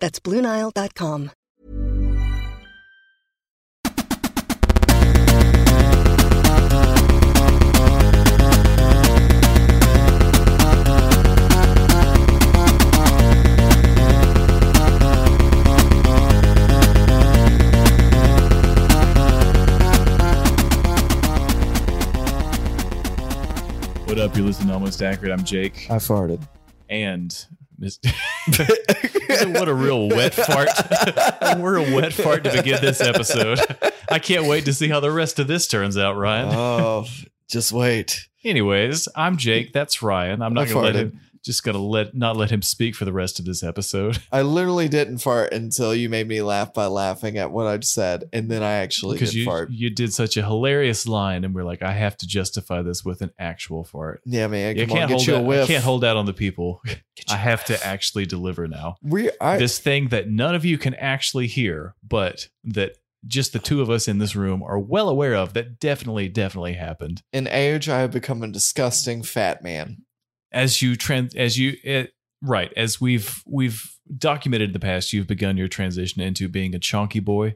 That's BlueNile.com. What up? You're listening to Almost Accurate. I'm Jake. I farted. and Miss. what a real wet fart. We're a wet fart to begin this episode. I can't wait to see how the rest of this turns out, Ryan. Oh, just wait. Anyways, I'm Jake. That's Ryan. I'm not I gonna let farted. him just gonna let not let him speak for the rest of this episode. I literally didn't fart until you made me laugh by laughing at what I said, and then I actually did Because you fart. you did such a hilarious line and we're like, I have to justify this with an actual fart. Yeah, man. I Come on, can't, get hold you a out, I whiff. can't hold out on the people. you I have to actually deliver now. We. I, this thing that none of you can actually hear, but that just the two of us in this room are well aware of that definitely, definitely happened. in age, I have become a disgusting fat man. As you trans, as you it, right, as we've we've documented in the past, you've begun your transition into being a chunky boy.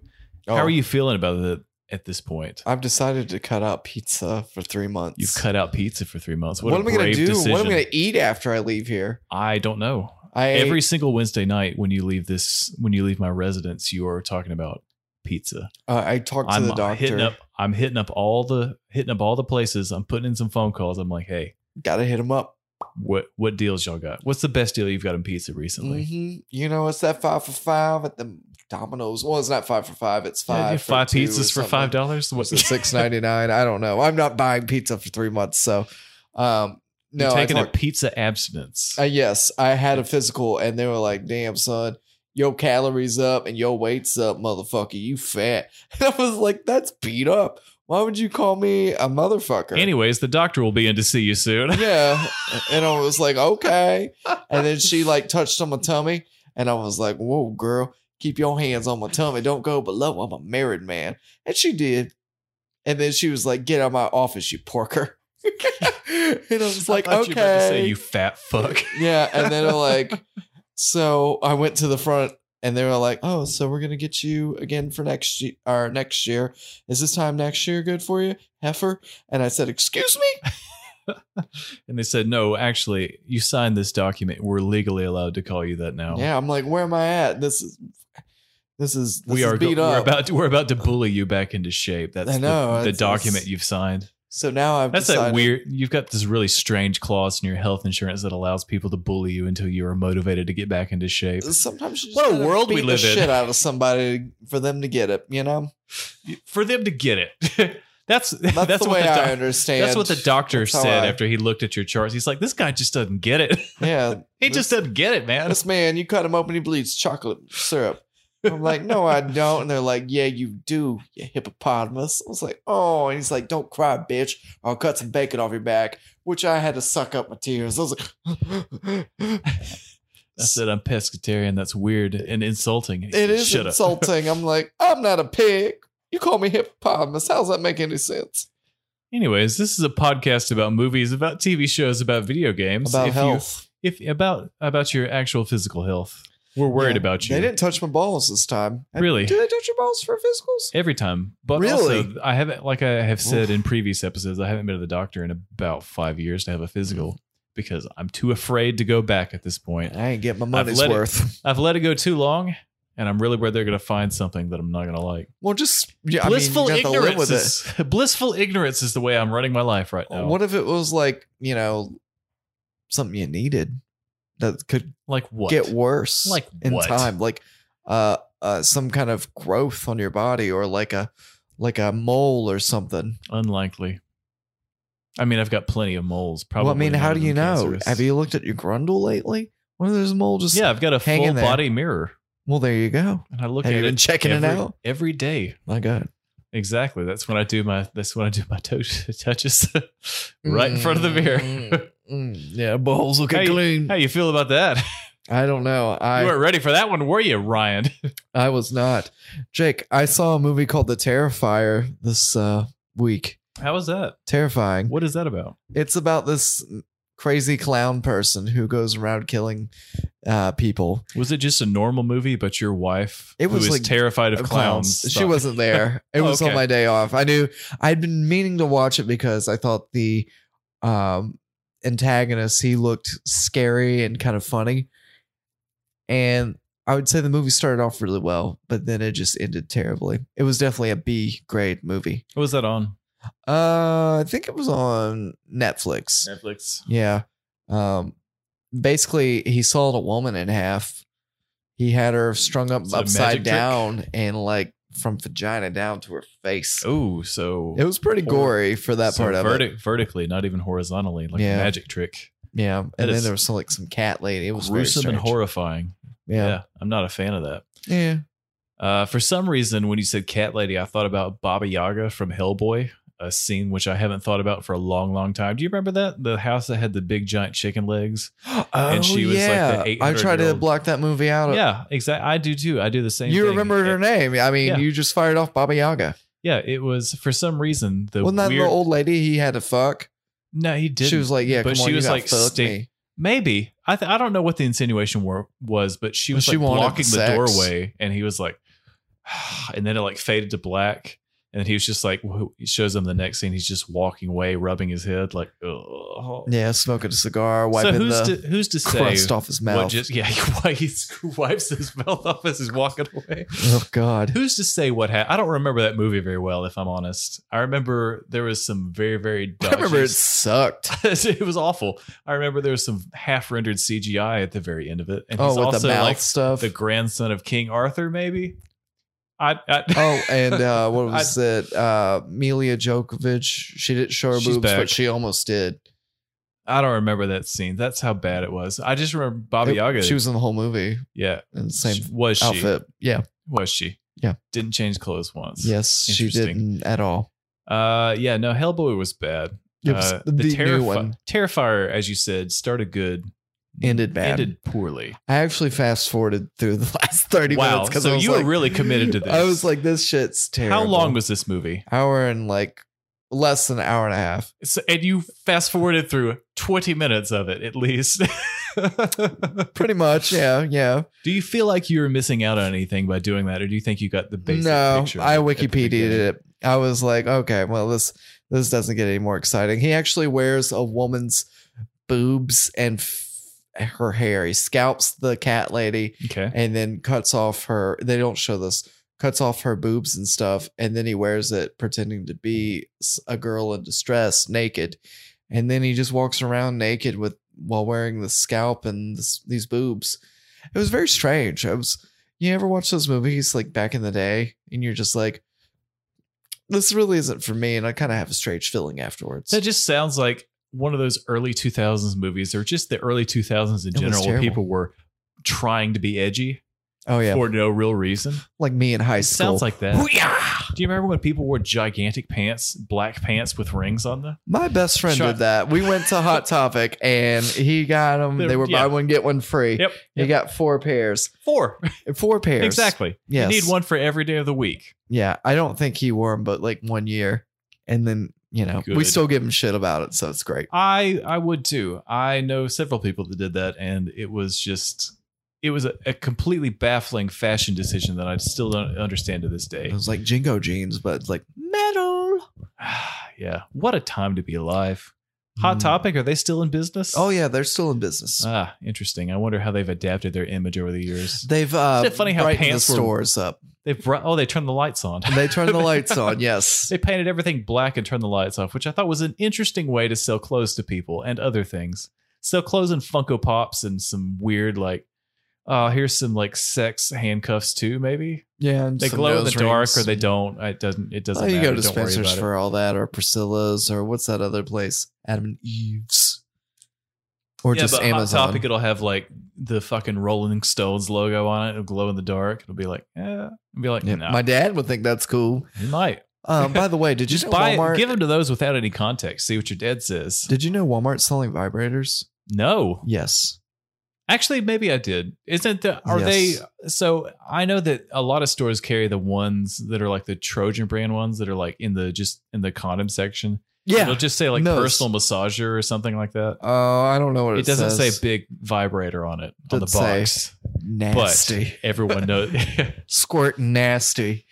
How Oh, are you feeling about it at this point? I've decided to cut out pizza for three months. You've cut out pizza for three months. What, What, am I going to do? Decision. What am I going to eat after I leave here? I don't know. I Every single Wednesday night when you leave this, when you leave my residence, you are talking about pizza. uh, I talked to I'm the doctor. hitting up. I'm hitting up all the hitting up all the places. I'm putting in some phone calls. I'm like, hey, Got to hit him up. what what deals y'all got? What's the best deal you've got in pizza recently? Mhm. You know, it's that five for five at the Domino's. Well, it's not five for five. It's Yeah, five. you for five two or pizzas for something. five dollars. What's Was it six ninety nine? I don't know. I'm not buying pizza for three months. So, um, no, You're I taking a talked, pizza abstinence. uh, yes, I had a physical, and they were like, "Damn, son." Your calories up and your weight's up, motherfucker. You fat. And I was like, that's beat up. Why would you call me a motherfucker? Anyways, the doctor will be in to see you soon. yeah. And I was like, okay. And then she like touched on my tummy, and I was like, whoa, girl, keep your hands on my tummy. Don't go below. I'm a married man. And she did. And then she was like, get out of my office, you porker. and I was like, I thought okay. you were about to say, you fat fuck. yeah. And then I'm like, so I went to the front. And they were like, "Oh, so we're gonna get you again for next year. Or next year is this time next year good for you, heifer?" And I said, "Excuse me." And they said, no, actually, you signed this document. We're legally allowed to call you that now. Yeah, I'm like, where am I at? This is this is this we is are beat we're up. about to, we're about to bully you back into shape. That's I know, the, the it's- document it's- you've signed. so now I've That's decided, that weird. You've got this really strange clause in your health insurance that allows people to bully you until you are motivated to get back into shape. Sometimes you just What a gotta world we beat the live in. Shit out of somebody for them to get it. You know, For them to get it, that's that's, that's, the what way the I doc- understand. that's what the doctor That's how said I- after he looked at your charts. He's like, "This guy just doesn't get it. Yeah, he just doesn't get it, man." this man, you cut him open, he bleeds chocolate syrup. I'm like, no, I don't. And they're like, yeah, you do, you hippopotamus. I was like, oh. And he's like, don't cry, bitch. I'll cut some bacon off your back, which I had to suck up my tears. I was like, I said, "I'm pescatarian. That's weird and insulting." And he It said, is "Shut up." insulting. I'm like, I'm not a pig. You call me hippopotamus. How does that make any sense? Anyways, this is a podcast about movies, about TV shows, about video games, About if health. you, if about about your actual physical health. We're worried Yeah. about you. They didn't touch my balls this time. And Really? Do they touch your balls for physicals? every time. But also, Really? I haven't, like I have said Oof. in previous episodes, I haven't been to the doctor in about five years to have a physical because I'm too afraid to go back at this point. I ain't get my money's money's let it- worth. I've let it go too long, and I'm really worried they're going to find something that I'm not going to like. Well, just yeah, blissful I mean, you have to live ignorance with is Oh. blissful ignorance is the way I'm running my life right it. now. What if it was like you know something you needed that could like what? get worse Like in what? time, like uh, uh some kind of growth on your body or like a like a mole or something. Unlikely. I mean, I've got plenty of moles. Probably. well, I mean, how none do of you them know? cancerous. Have you looked at your grundle lately? One of those moles just Yeah, I've got a hang in full there? body mirror. Well, there you go. And I look Have at you it been checking it every, out? every day. My God. Exactly. That's when I do my. That's when I do my toe touches, right in front of the mirror. Mm, mm, yeah, buttholes looking Hey, clean. How you feel about that? I don't know. Mm. I you weren't ready for that one, were you, Ryan? I was not. Jake, I saw a movie called The Terrifier this uh, week. How was that? Terrifying. What is that about? It's about this crazy clown person who goes around killing uh, people. Was it just a normal movie? But your wife, It was who is like- terrified of of clowns. She thought- wasn't there. It Oh, was on okay. my day off. I knew I'd been meaning to watch it because I thought the um, antagonist he looked scary and kind of funny, and I would say the movie started off really well, but then it just ended terribly. It was definitely a B grade movie. What was that on Uh, I think it was on Netflix. Netflix? Yeah. Um, basically, he sawed a woman in half. He had her strung up Is that a magic upside trick? down and like from vagina down to her face. Oh, so It was pretty Or- gory for that so part of it. verti- vertically, not even horizontally, like Yeah. a magic trick. Yeah, and That then is there was some, like some cat lady. It was very Gruesome and strange. horrifying. Yeah. Yeah, I'm not a fan of that. yeah. Uh, for some reason, when you said Cat Lady, I thought about Baba Yaga from Hellboy, a scene which I haven't thought about for a long, long time. Do you remember that? The house that had the big giant chicken legs? Oh, she was, like, yeah. the I tried to 800-year-old block that movie out. Yeah, exactly. I do too. I do the same you thing. remembered her name. I mean, Yeah. you just fired off Baba Yaga. Yeah, it was for some reason the Wasn't that weird- the old lady he had to fuck? No, he didn't. She was like, "Yeah, But come on, she you was gotta like fuck sta- me." Maybe. I th- I don't know what the insinuation were, was, but she But was she like wanted blocking the sex. doorway and he was like and then it like faded to black and then he was just like wh- he shows him the next scene he's just walking away rubbing his head like ugh. Yeah, smoking a cigar, So wiping who's the to, who's to say crust off his what mouth. just yeah why he wipes his mouth off as he's walking away? oh God. Who's to say what happened? I don't remember that movie very well, if I'm honest. I remember there was some very very I dodgy remember it sucked. it was awful. I remember there was some half rendered CGI at the very end of it. And Oh, he's with also the mouth like stuff. the grandson of King Arthur, maybe. I, I oh, and uh, what was it? Uh, Milia Djokovic. She didn't show her She's boobs, back. but she almost did. I don't remember that scene. That's how bad it was. I just remember Baba It- Yaga. She was in the whole movie yeah. in the same She- was she? outfit. Yeah. Was she? Yeah. Didn't change clothes once. Yes, she Interesting. didn't at all. Uh, yeah. No, Hellboy was bad. It was Uh, the, Terrifi- new one Terrifier, as you said, started good, ended bad. ended poorly. I actually fast forwarded through the last thirty Wow, minutes because so I was you were like- really committed to I this. was like, this shit's terrible. How long was this movie? hour and like less than an hour and a half? So, and you fast forwarded through 20 minutes of it at least. Pretty much. Yeah. Yeah. do you feel like you were missing out on anything by doing that, or do you think you got the basic no, picture? I at the Wikipedia'd beginning? it. I was like, okay, well this this doesn't get any more exciting. He actually wears a woman's boobs and f- her hair. He scalps the cat lady Okay. and then cuts off her. They don't show this. Cuts off her boobs and stuff, and then he wears it pretending to be s- a girl in distress, naked, and then he just walks around naked with while wearing the scalp and this, these boobs. It was very strange. I was you ever watch those movies like back in the day and you're just like this really isn't for me and i kind of have a strange feeling afterwards That just sounds like one of those early 2000s movies, or just the early 2000s in was general, where terrible. people were trying to be edgy oh yeah for no real reason. like me in high It school sounds like that. Hoo-yah! Do you remember when people wore gigantic pants, black pants with rings on them? my best friend Shut- did that we went to hot topic and he got them They're- they were yeah. buy one get one free Yep. he got four pairs Four. four pairs Exactly. Yes. You need one for every day of the week. yeah i don't think he wore them but like one year and then you know we Good. still give him shit about it so it's great I I would too. I know several people that did that, and it was just it was a, a completely baffling fashion decision that I still don't understand to this it day. was like jingo jeans but it's like metal yeah, what a time to be alive. Hot Mm. Topic, are they still in business? oh yeah they're still in business ah, interesting. I wonder how they've adapted their image over the years. They've uh, Isn't it funny how brightened pants the were- stores up. They've brought oh, they turned the lights on. They turn the lights on. Yes, They painted everything black and turned the lights off, which I thought was an interesting way to sell clothes to people and other things. Sell clothes and Funko Pops and some weird like, oh, here's some like sex handcuffs too. Maybe yeah. they glow in the dark or they don't. It doesn't. It doesn't. Oh, you matter. go to Don't worry Spencer's about it. for all that, or Priscilla's, or what's that other place? Adam and Eve's. or yeah, just but Hot Amazon. Topic, it'll have like the fucking Rolling Stones logo on it. It'll glow in the dark. It'll be like, eh. It'll be like, Yeah, no, My dad would think that's cool. you might. Um, by the way, did you Just know buy it. Walmart? Give them to those without any context. See what your dad says. did you know Walmart's selling vibrators? no. Yes. Actually, maybe I did. Isn't the are Yes. they so I know that a lot of stores carry the ones that are like the Trojan brand ones that are like in the just in the condom section. It'll Yeah. just say like No, it's- personal massager or something like that. Oh, I don't know what it, It doesn't says. say big vibrator on it on the Doesn't say. box. nasty. But everyone knows Squirt nasty.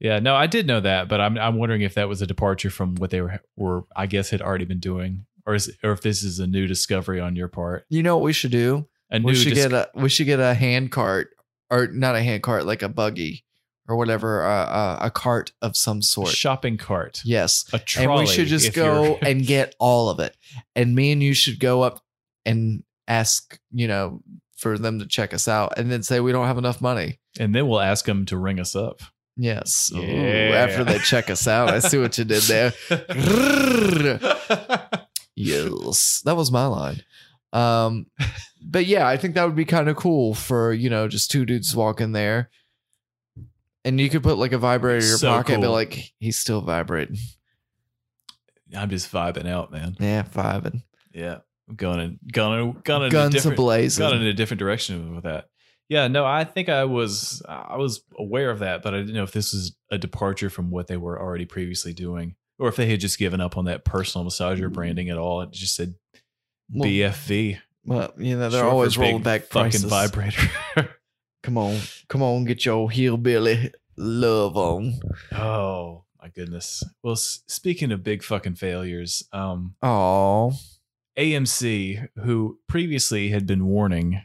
Yeah, no, I did know that, but I'm I'm wondering if that was a departure from what they were were I guess had already been doing. Or is or if this is a new discovery on your part. You know what we should do? A new We should dis- get a we should get a hand cart or not a hand cart like a buggy or whatever uh, a, a cart of some sort. shopping cart. yes, A trolley. and we should just if you're- go and get all of it. And me and you should go up and ask, you know, for them to check us out, and then say we don't have enough money. and then we'll ask them to ring us up. Yes. Ooh, Yeah. after they check us out, I see what you did there. yes, that was my line. Um, but yeah, I think that would be kind of cool for you know just two dudes walking there, and you could put like a vibrator in your So pocket, and be cool. like, he's still vibrating. I'm just vibing out, man. Yeah, vibing, Yeah, I'm going and going going in a guns different going in ablazing. a different direction with that. Yeah, no, I think I was I was aware of that, but I didn't know if this was a departure from what they were already previously doing, or if they had just given up on that personal massager branding at all. It just said Well, BFV. Well, you know short they're for always big rolling back fucking prices. vibrator. Come on, come on, get your hillbilly love on. oh my goodness. Well, s- speaking of big fucking failures, um, Oh, AMC, who previously had been warning,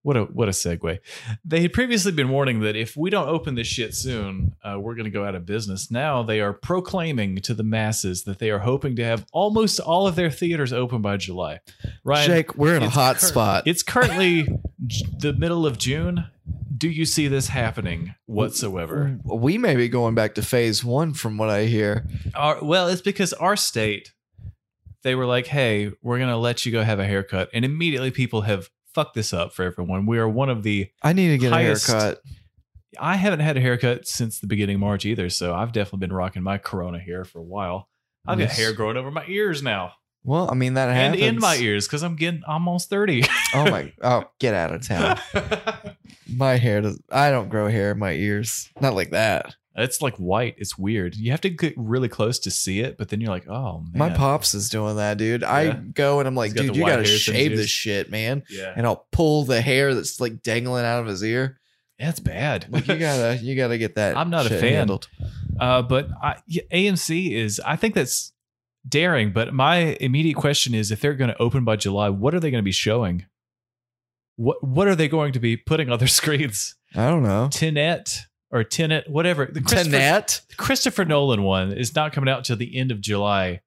what a what a segue. They had previously been warning that if we don't open this shit soon, uh, we're going to go out of business. Now they are proclaiming to the masses that they are hoping to have almost all of their theaters open by July. Ryan, Jake, we're in a it's hot cur- spot. it's currently j- the middle of June. Do you see this happening whatsoever? We may be going back to phase one, from what I hear. our well it's because our state they were like hey we're gonna let you go have a haircut and immediately people have fucked this up for everyone we are one of the I need to get Highest- a haircut. i haven't had a haircut since the beginning of march either so i've definitely been rocking my corona hair for a while i've got Yes. hair growing over my ears now Well, I mean that and happens. in my ears because i'm getting almost 30 Oh my! Oh, get out of town. My hair does. I don't grow hair in my ears. Not like that. it's like white it's weird you have to get really close to see it but then you're like oh man My pops is doing that, dude. I Yeah. go and I'm like, He's got dude, the you white gotta hairs in his shave this ears." shit, man. yeah And I'll pull the hair that's like dangling out of his ear. that's bad Like you gotta, you gotta get that. I'm not a shit fan. handled. Uh, but I, yeah, AMC is, I think that's daring. But my immediate question is, if they're going to open by July, what are they going to be showing? What What are they going to be putting on their screens? I don't know. Tenet or Tenet, whatever. The Christopher, Tenet. Christopher Nolan one is not coming out till the end of July,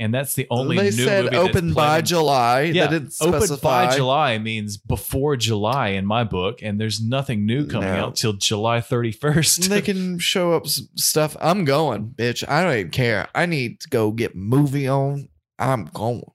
and that's the only They new said movie that's open by planned- July. Yeah, they didn't Open by specify. July means before July in my book, and there's nothing new coming No. out till July 31st. they can show up s- stuff. I'm going, bitch. I don't even care. I need to go get movie on. I'm going.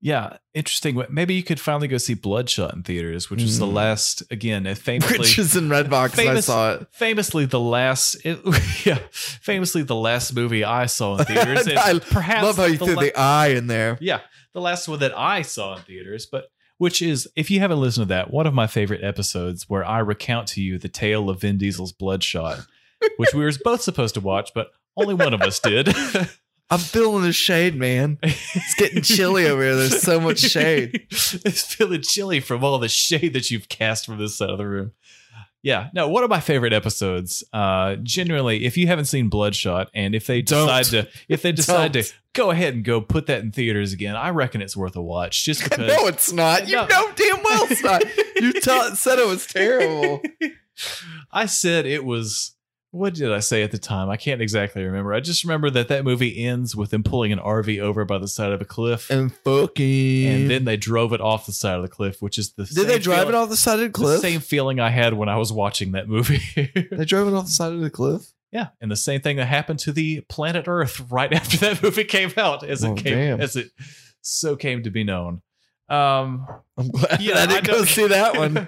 Yeah, interesting. Maybe you could finally go see Bloodshot in theaters, which was the Mm. last again, it famously Which is in Redbox. and I Famous- saw it. famously the last it, yeah, famously the last movie I saw in theaters. And I perhaps Love how you the threw la- the eye in there. Yeah, the last one that I saw in theaters, but which is if you haven't listened to that, one of my favorite episodes where I recount to you the tale of Vin Diesel's Bloodshot, which we were both supposed to watch, but only one of us did. I'm feeling the shade, man. It's getting chilly over here. There's so much shade. it's feeling chilly from all the shade that you've cast from this side of the room. Yeah, no, one of my favorite episodes. Uh generally, if you haven't seen Bloodshot and if they Don't. decide to if they decide Don't. to go ahead and go put that in theaters again, I reckon it's worth a watch just because No, it's not. You No. know damn well it's not. You t- said it was terrible. I said it was. What did I say at the time? I can't exactly remember. I just remember that that movie ends with them pulling an RV over by the side of a cliff, and, And fucking. then they drove it off the side of the cliff, which is the did they drive it off? off the side of the cliff? The same feeling I had when I was watching that movie. They drove it off the side of the cliff. yeah, and the same thing that happened to the planet Earth right after that movie came out, as Oh, it came damn. as it so came to be known. Um, I'm glad Yeah, I didn't I go know- see that one.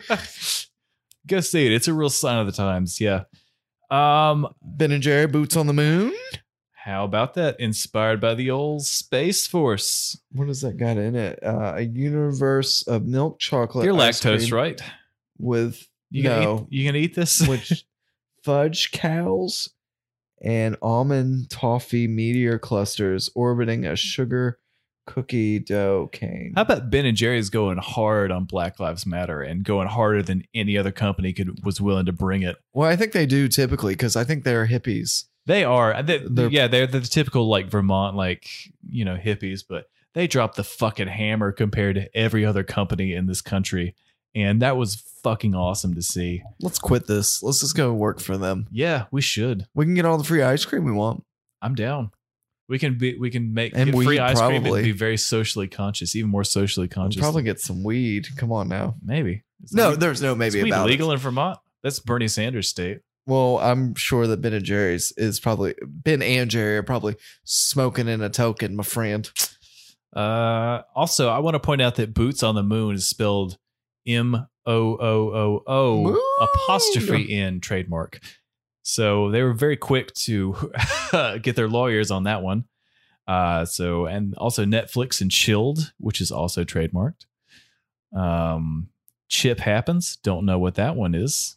go see it. It's a real sign of the times. Yeah. Um, Ben and Jerry Boots on the Moon. how about that? Inspired by the old Space Force. What does that got in it? Uh, a universe of milk chocolate. You're ice lactose, cream right? With You no, gonna eat, you gonna eat this? which fudge cows and almond toffee meteor clusters orbiting a sugar cookie dough cane. How about Ben and Jerry's going hard on Black Lives Matter and going harder than any other company could was willing to bring it? Well, I think they do typically because I think they're hippies. They are, they, They're- yeah, they're the typical like Vermont, like you know hippies, but they dropped the fucking hammer compared to every other company in this country, and that was fucking awesome to see. Let's quit this. Let's just go work for them. Yeah, we should. We can get all the free ice cream we want. I'm down. We can be, we can make And get weed, free ice cream probably. and be very socially conscious, even more socially We'll conscious. probably get some weed. Come on now. maybe. Is No, weed- there's no is maybe weed about it. legal in Vermont. That's Bernie Sanders' state. Well, I'm sure that Ben and Jerry's is probably Ben and Jerry are probably smoking in a token, my friend. Uh, also, I want to point out that Boots on the Moon is spelled M O O O Moon. O apostrophe N trademark. So they were very quick to get their lawyers on that one. Uh, so and also Netflix and Chilled, which is also trademarked. Um, Chip happens. Don't know what that one is.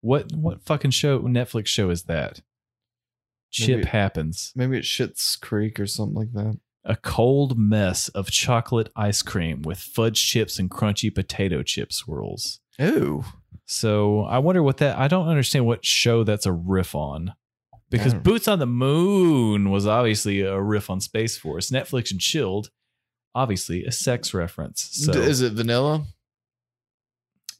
What what fucking show Netflix show is that? Chip Maybe- happens Maybe it's Shit's Creek or something like that. a cold mess of chocolate ice cream with fudge chips and crunchy potato chip swirls. Ooh. So I wonder what that. I don't understand what show that's a riff on, because Yeah. Boots on the Moon was obviously a riff on Space Force. Netflix and Chilled, obviously a sex reference. So D- Is it vanilla?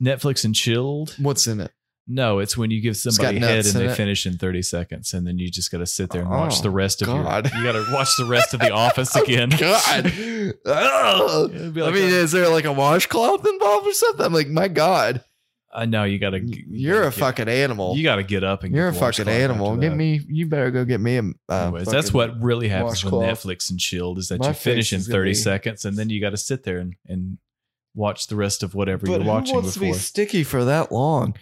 Netflix and Chilled. What's in it? No, it's when you give got somebody head nuts and in they it. finish in thirty seconds, and then you just got to sit there and watch Oh, the rest of God. your. You got to watch the rest of The Office again. God. Ugh. It'd be I like mean, a- is there like a washcloth involved or something? I'm like, my God, Uh, no, you gotta. you you're gotta a get- fucking animal. You gotta get up and. You're a get the fucking washcloth animal. after Get that. me. You better go get me a. Uh, Anyways, that's fucking- what really happens with washcloth. Netflix and Chilled E is that My you finish face in is gonna 30 be- seconds and then you got to sit there and, and watch the rest of whatever But you're who watching wants to before. be sticky for that long?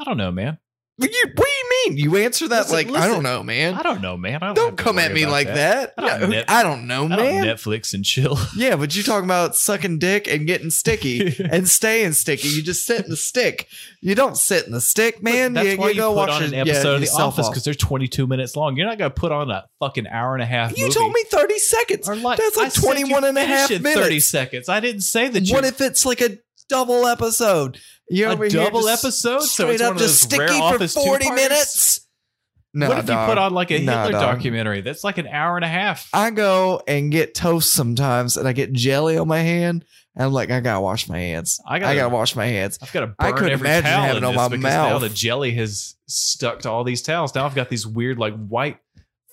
I don't know, man. You, what do you mean? You answer that Listen- like I listen. don't know, man. I don't know, man. I don't, don't have to come at worry me about like that. I don't Yeah, who- Net- I don't know, I E man. don't Netflix and chill. yeah, but you're talking about sucking dick and getting sticky and staying sticky. You just sit in the stick. You don't sit in the stick, man. that's you, why you, go put watch on it- an yeah, episode of The yourself Office off. because they're 22 minutes long. You're not gonna put on a fucking hour and a half. you movie. told me 30 seconds. Or like, that's I like said you 21 and a finish half in 30 minutes. seconds. I didn't say that. you What if it's like a double episode? You're over a here double just episode, so Straight it's up one of those just rare sticky for office 40 two-parters? minutes. No, what if you put on like a Nah, Hitler dog. documentary? That's like an hour and a half. I go and get toast sometimes and I get jelly on my hand. And I'm like, I gotta wash my hands. I I gotta- gotta, wash my hands. I've got to burn I couldn't every imagine towel having in it on this my because now mouth. the jelly has stuck to all these towels. Now I've got these weird like white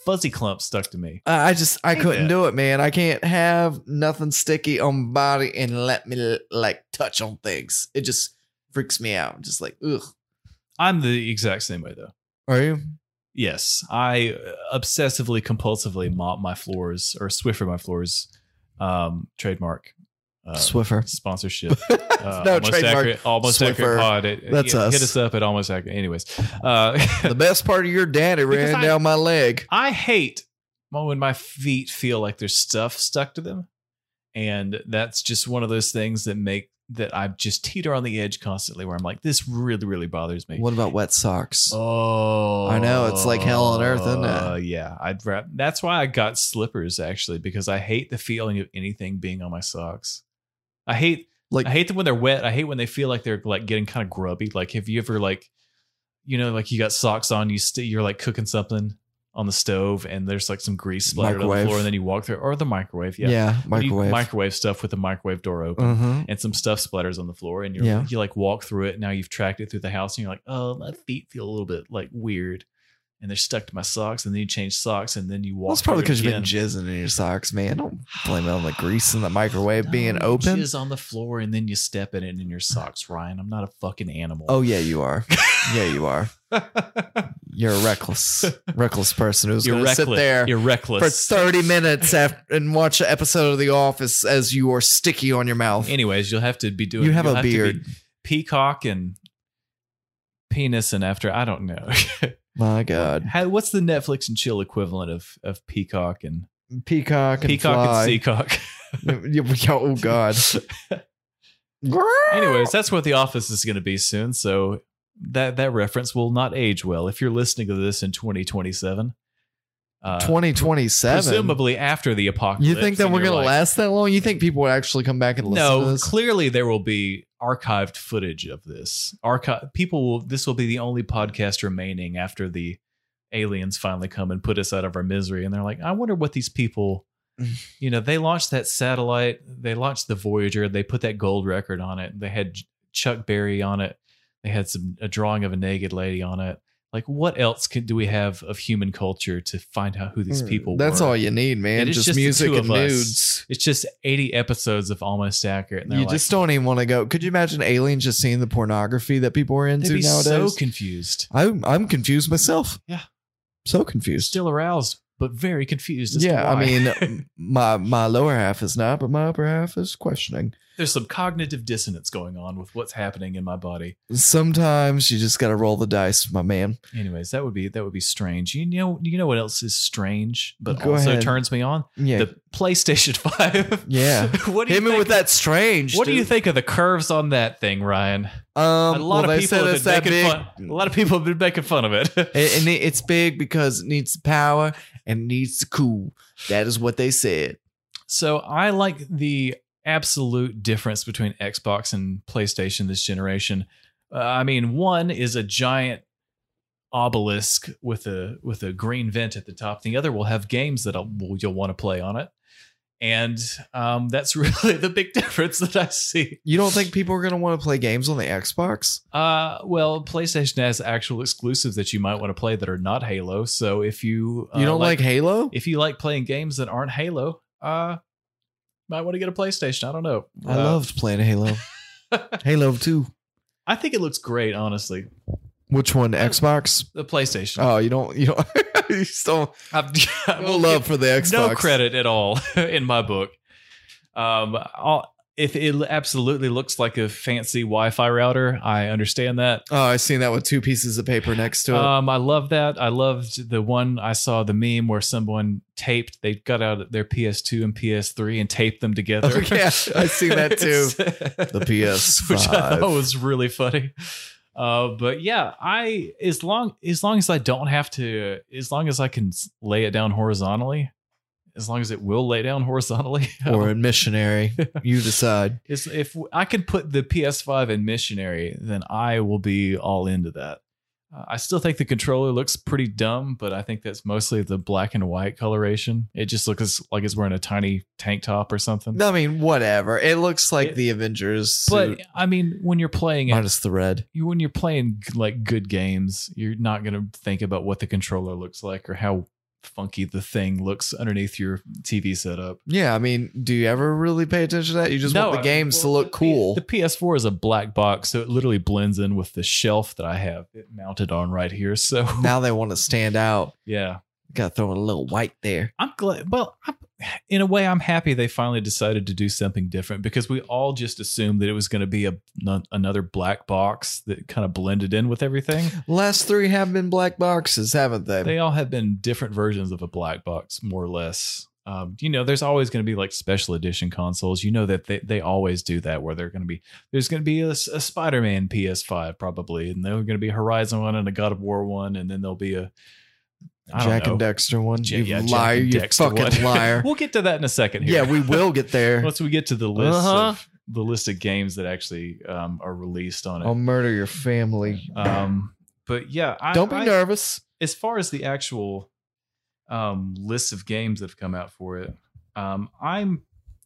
fuzzy clumps stuck to me. I I just I Hey, couldn't man. do it, man. I can't have nothing sticky on my body and let me like touch on things. It just freaks me out. Just like ugh. I'm the exact same way though. Are you? Yes, I uh, obsessively compulsively mop my floors or Swiffer my floors. Um, trademark. Uh, Swiffer. sponsorship. Uh, no almost trademark. Accurate, almost Swiffer. accurate pod. It- That's yeah, us. Hit us up at almost accurate. Anyways, uh, The best part of your daddy Because ran I- down my leg. I hate when my feet feel like there's stuff stuck to them. And that's just one of those things that make that I just teeter on the edge constantly where I'm like, this really, really bothers me. What about wet socks? Oh, I know, it's like hell on earth, isn't it? Uh, yeah, I'd wrap. That's why I got slippers actually, because I hate the feeling of anything being on my socks. I hate Like- like I hate them when they're wet. I hate when they feel like they're like getting kind of grubby. Like, have you ever like, you know, like you got socks on, you st- you're like cooking something on the stove, and there's like some grease splattered on Microwave. the floor, and then you walk through or the microwave. Yeah, Yeah, When you microwave. microwave stuff with the microwave door open Mhm. and some stuff splatters on the floor and you're Yeah. you like walk through it now you've tracked it through the house and you're like oh my feet feel a little bit like weird and they're stuck to my socks and then you change socks and then you walk That's probably through it because you've been again. jizzing in your socks, man. Don't blame it on the grease in the microwave being No, open. jizz on the floor and then you step in it in your socks ryan i'm not a fucking animal Oh yeah, you are. yeah, you are. You're a reckless, reckless person who's You're going to reckless. sit there You're for reckless. 30 minutes af- and watch an episode of The Office as you are sticky on your mouth. Anyways, you'll have to be doing. you have you'll a to be beard. peacock and penis, and after I don't know. My God. How, what's the Netflix and chill equivalent of of peacock and Peacock and peacock fly. and seacock? oh, God. Anyways, that's what The Office is going to be soon. So that that reference will not age well if you're listening to this in 2027. Uh, 2027. presumably after the apocalypse. You think that and we're you're going to like, last that long? You think people would actually come back and listen to No, this? clearly there will be archived footage of this. Archive people will. This will be the only podcast remaining after the aliens finally come and put us out of our misery. And they're like, I wonder what these people. You know, they launched that satellite. They launched the Voyager. They put that gold record on it. They had Chuck Berry on it. They had some a drawing of a naked lady on it. Like, what else can, do we have of human culture to find out who these people? Hmm, That's were? all you need, man. And it's Just, just the music two and of us. nudes. It's just 80 episodes of Almost Accurate. And they're You like, just don't even want to go. Could you imagine aliens just seeing the pornography that people are they'd into be so nowadays? confused. I'm I'm confused myself. Yeah. So confused. Still aroused, but very confused. As to yeah, I why. mean my my lower half is not, but my upper half is questioning. there's some cognitive dissonance going on with what's happening in my body. Sometimes you just gotta roll the dice, my man. Anyways, that would be that would be strange. You know, you know what else is strange, but Go also ahead. turns me on? Yeah. The PlayStation 5. Yeah. what do you Hit me think with that strange. What do you dude. think of the curves on that thing, Ryan? Um, a lot of well, they people said have it's been that making big. fun. A lot of people have been making fun of it. It- and it- it's big because it needs the power and it needs the cool. That is what they said. So I like the absolute difference between Xbox and PlayStation this generation. Uh, I mean, one is a giant obelisk with a with a green vent at the top. The other will have games that I'll, well, you'll want to play on it, and um, that's really the big difference that I see. You don't think people are gonna want to play games on the Xbox? Uh, well, PlayStation has actual exclusives that you might want to play that are not Halo. So if you uh, You don't like, Halo? if you like playing games that aren't Halo, uh, might want to get a PlayStation. I don't know. I Uh, loved playing Halo. Halo Two. I think it looks great, honestly. Which one? Xbox? The PlayStation. Oh, you don't. You don't. you still I've- I no will love for the give Xbox. No credit at all in my book. Um, I'll, if it absolutely looks like a fancy Wi-Fi router, I understand that. Oh, I seen that with two pieces of paper next to it. Um, I love that. I loved the one I saw the meme where someone taped. They got out their PS2 and PS3 and taped them together. Oh, yeah, I seen that too. the PS5. which I thought was really funny. Uh, but yeah, I as long as long as I don't have to, as long as I can s- lay it down horizontally, as long as it will lay down horizontally, or um, in missionary, you decide. is- if I can put the PS5 in missionary, then I will be all into that. Uh, I still think the controller looks pretty dumb, but I think that's mostly the black and white coloration. It just looks like it's wearing a tiny tank top or something. I mean, whatever. It looks like It- the Avengers, but suit, I mean, when you're playing it, minus the red. you when you're playing g- like good games, you're not gonna think about what the controller looks like or how funky the thing looks underneath your TV setup. Yeah, I mean, do you ever really pay attention to that? You just No, want I- the games to well, look the P- cool. The PS4 is a black box, so it literally blends in with the shelf that I have it mounted on right here. So now they want to stand out. yeah, Got to throw a little white there. I'm glad. Well, I'm, in a way, I'm happy they finally decided to do something different because we all just assumed that it was going to be a no- another black box that kind of blended in with everything. Last three have been black boxes, haven't they? they all have been different versions of a black box, more or less. Um, you know, there's always going to be like special edition consoles. You know that they, they always do that where they're going to be there's going to be a, s- a Spider-Man PS5 probably, and there's going to be a Horizon one and a God of War one, and then there'll be a I don't Jack know. and Dexter one. Ja- you yeah, Jack liar. and You Dexter one. fucking liar. we'll get to that in a second. Here. yeah, we will get there. once we get to the list Uh-huh. of the list of games that actually um, are released on I'll it. murder your family. Um, but yeah, I, Don't be I- nervous. as far as the actual um, list of games that have come out for it, um, I'm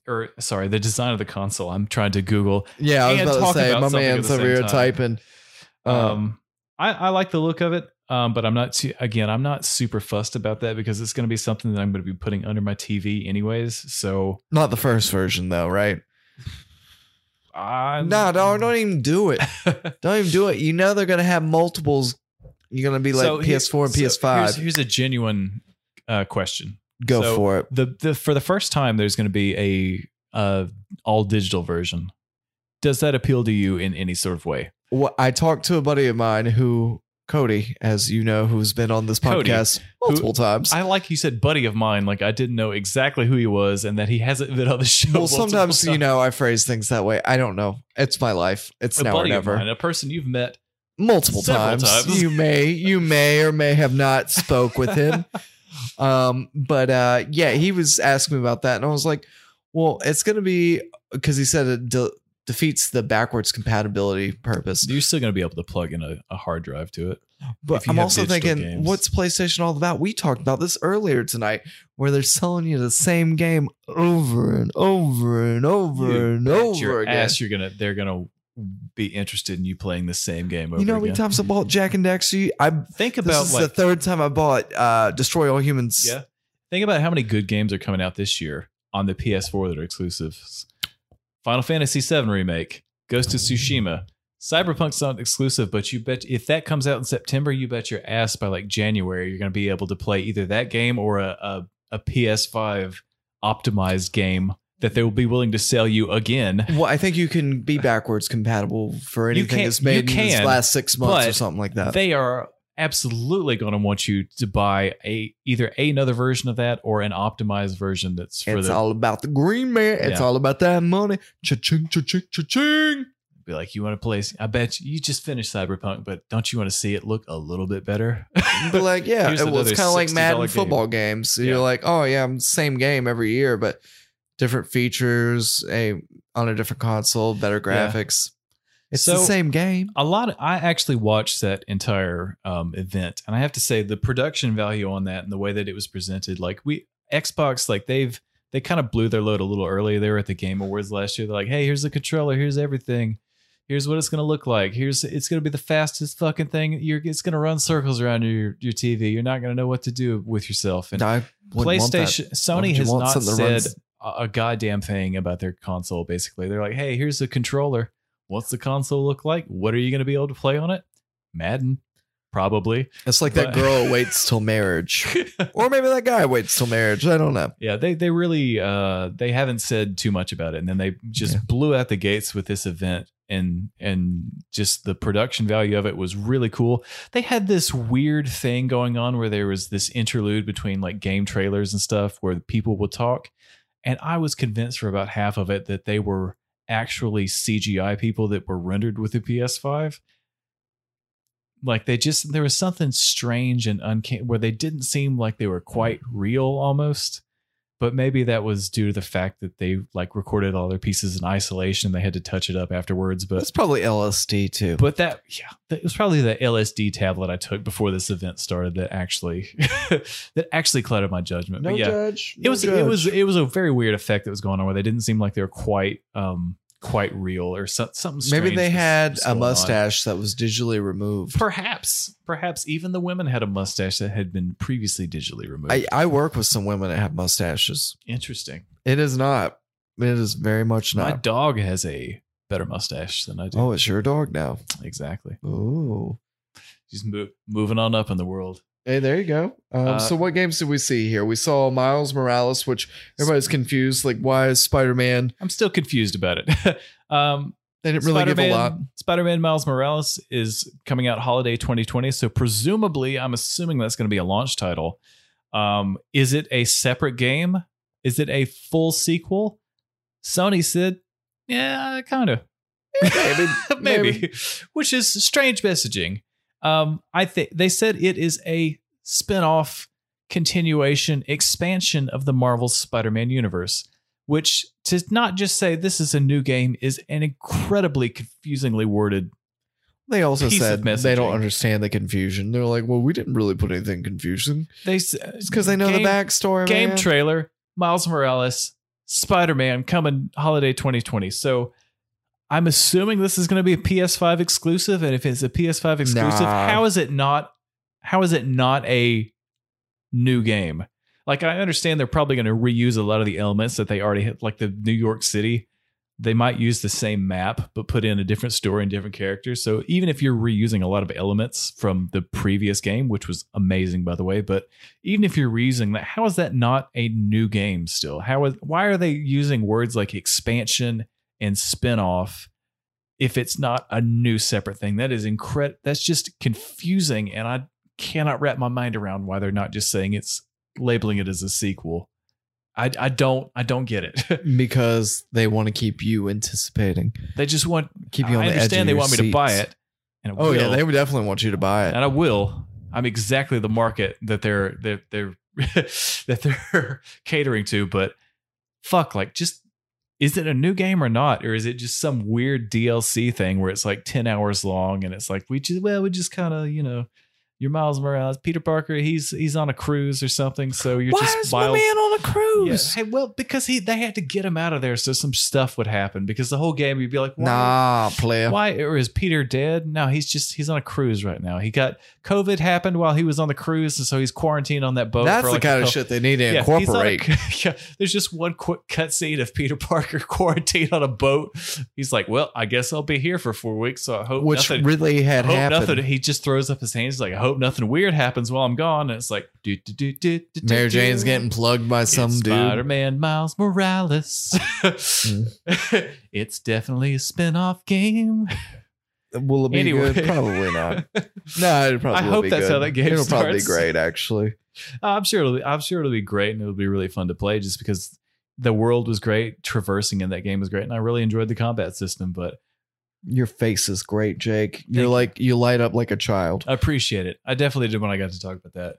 or sorry, the design of the console. I'm trying to Google. Yeah, I was and about talk to say, about my something at man's the over same here time. typing. Um, Um, I, I like the look of it, um, but I'm not too, again. I'm not super fussed about that because it's going to be something that I'm going to be putting under my TV anyways. So not the first version though, right? I No, no, don't even do it. Don't even do it. You know they're gonna have multiples You're gonna be like So here- PS4 and so PS5. Here's, here's a genuine uh, question. Go so- for it. The, the for the first time, there's going to be a uh, all digital version. Does that appeal to you in any sort of way? Well, I talked to a buddy of mine who Cody, as you know, who's been on this Cody, podcast who- multiple times. I like you said, buddy of mine. Like I didn't know exactly who he was, and that he hasn't been on the show. well, multiple sometimes you times. know I phrase things that way. I don't know. It's my life. It's a now or buddy of mine, never. a person you've met. Multiple Several times. times. You may, you may or may have not spoke with him. um, but uh, yeah, he was asking me about that, and I was like, "Well, it's gonna be because he said it de- defeats the backwards compatibility purpose." You're still going to be able to plug in a, a hard drive to it. if But you I'm have also digital thinking, games. what's PlayStation all about? We talked about this earlier tonight, where they're selling you the same game over and over and over You and bet over your again. ass, you're gonna. They're gonna be interested in you playing the same game over you know how again. many times I bought Jack and Daxter? I think this about is like the third time I bought uh, Destroy All Humans. Yeah. Think about how many good games are coming out this year on the PS4 that are exclusives. Final Fantasy VII Remake, Ghost of Tsushima, Cyberpunk's not exclusive, but you bet if that comes out in September, you bet your ass by like January, you're going to be able to play either that game or a, a, a PS5 optimized game that they will be willing to sell you again. Well, I think you can be backwards compatible for You anything can- that's you made in can, this last six months or but something like that. They are absolutely going to want you to buy a either another version of that or an optimized version that's for it's the all about the green man. It's Yeah. all about that money. Cha-ching, cha-ching, cha-ching. be like, you want to play? I bet you, you just finished Cyberpunk, but don't you want to see it look a little bit better? But like, yeah, Here's it was another kind of like $60 Madden game. football games. You're Yeah. like, oh yeah, I'm same game every year, but different features, a on a different console, better graphics. It's the So- same game. a lot. Of, I actually watched that entire um, event, and I have to say the production value on that and the way that it was presented, like we Xbox, like they've they kind of blew their load a little early. They were at the Game Awards last year. They're like, hey, here's the controller, here's everything. Here's what it's gonna look like. Here's it's gonna be the fastest fucking thing. You're it's gonna run circles around your your TV. You're not gonna know what to do with yourself. And I wouldn't want that. PlayStation Why would Sony you has want not something that runs- said a, a goddamn thing about their console basically. They're like, "Hey, here's the controller. What's the console look like? What are you going to be able to play on it?" Madden probably. It's like that but- girl waits till marriage, or maybe that guy waits till marriage. I don't know. Yeah, they they really uh they haven't said too much about it and then they just Yeah. blew out the gates with this event and and just the production value of it was really cool. They had this weird thing going on where there was this interlude between like game trailers and stuff where people would talk and I was convinced for about half of it that they were actually CGI people that were rendered with the PS5. Like they just there was something strange and uncanny where they didn't seem like they were quite real almost. But maybe that was due to the fact that they like recorded all their pieces in isolation and they had to touch it up afterwards. But It's probably LSD too. but that yeah, that it was probably the LSD tablet I took before this event started that actually that actually clouded my judgment. but yeah, judge. it was it was it was a very weird effect that was going on where they didn't seem like they were quite um quite real or so, something. Strange Maybe they was- had was a going on. mustache that was digitally removed. Perhaps, perhaps even the women had a mustache that had been previously digitally removed. I, I work with some women that have mustaches. Interesting. It is not. It is very much My not. dog has a better mustache than I do. Oh, it's your dog now. exactly. Ooh. She's mo- moving on up in the world. Hey, there you go. Um, Uh, so, what games did we see here? We saw Miles Morales, which everybody's confused. Like, why is Spider Man? I'm still confused about it. um, They didn't really give a lot. Spider-Man Miles Morales is coming out holiday 2020, so presumably, I'm assuming that's going to be a launch title. Um, is it a separate game? Is it a full sequel? Sony said, "Yeah, kind of, maybe, maybe. maybe. which is strange messaging. Um, I think they said it is a spin-off, continuation, expansion of the Marvel Spider-Man universe. Which to not just say this is a new game is an incredibly confusingly worded They also Piece said of they don't messaging. understand the confusion. They're like, well, we didn't really put anything in confusion. They s- It's because they know game, the backstory. game man. trailer. Miles Morales, Spider Man coming holiday 2020. So I'm assuming this is going to be a PS5 exclusive, and if it's a PS5 exclusive, Nah. how is it not? How is it not a new game? Like I understand they're probably going to reuse a lot of the elements that they already had, like the New York City they might use the same map but put in a different story and different characters. So even if you're reusing a lot of elements from the previous game, which was amazing by the way, but even if you're reusing that, how is that not a new game still? How is why are they using words like expansion and spin-off if it's not a new separate thing? That is incredible. That's just confusing and I cannot wrap my mind around why they're not just saying it's labeling it as a sequel. I, I don't I don't get it. because they want to keep you anticipating, they just want keep you on I the edge. understand of they your want me to buy seats. it. And it Oh yeah, will, they would definitely want you to buy it. and I will. I'm exactly the market that they're they're they're that they're catering to, but fuck, like just is it a new game or not? Or is it just some weird DLC thing where it's like 10 hours long and it's like we just well, we just kind of, you know, your Miles Morales, Peter Parker, he's he's on a cruise or something, so you're Why just is my Miles- man on a cruise? Yeah. Hey, well, because he they had to get him out of there so some stuff would happen. Because the whole game you'd be like, why- Nah, player. why or is Peter dead? No, he's just he's on a cruise right now. He got COVID happened while he was on the cruise, and so he's quarantined on that boat. That's for the like a kind of couple- shit they need to Yeah, he's on a- incorporate. yeah, there's just one quick cutscene of Peter Parker quarantined on a boat. He's like, "Well, I guess I'll be here for four weeks, so I hope which nothing." really I had hope happened. nothing. He just throws up his hands like, "I hope nothing weird happens while I'm gone." And it's like, do do do do. do, do, Mary Jane's do. getting plugged by some It's dude. Spider-Man Miles Morales. Mm. it's definitely a spin-off game. Will it be Anyway. good? Probably not. No, it probably I will hope be that's good. how that game It'll probably be starts. great, actually. I'm sure it'll be, I'm sure it'll be great and it'll be really fun to play just because the world was great, traversing in that game was great, and I really enjoyed the combat system. But Your face is great, Jake. You're Thank you. like you light up like a child. I appreciate it. I definitely did when I got to talk about that.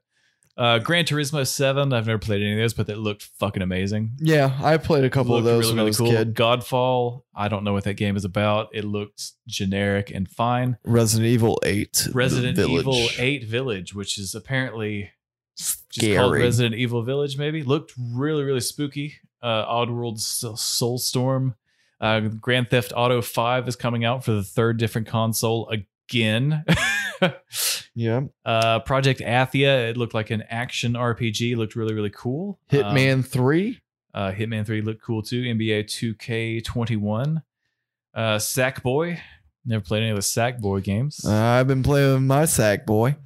Uh, Gran Turismo Seven. I've never played any of those, but that looked fucking amazing. Yeah, I played a couple of Looked those when I was a kid. Godfall. I don't know what that game is about. It looked generic and fine. Resident Evil Eight. Resident Village. Evil Eight Village, which is apparently just called Scary. Resident Evil Village, maybe. Looked really, really spooky. Uh, Oddworld Soulstorm. Uh, Grand Theft Auto 5 is coming out for the third different console again. yeah. uh, Project Athia, it looked like an action RPG, looked really, really cool. Um, Hitman Three. uh, Hitman 3 looked cool too. NBA 2K21. Uh, Sackboy. Never played any of the Sackboy games. Uh, I've been playing with my sack boy.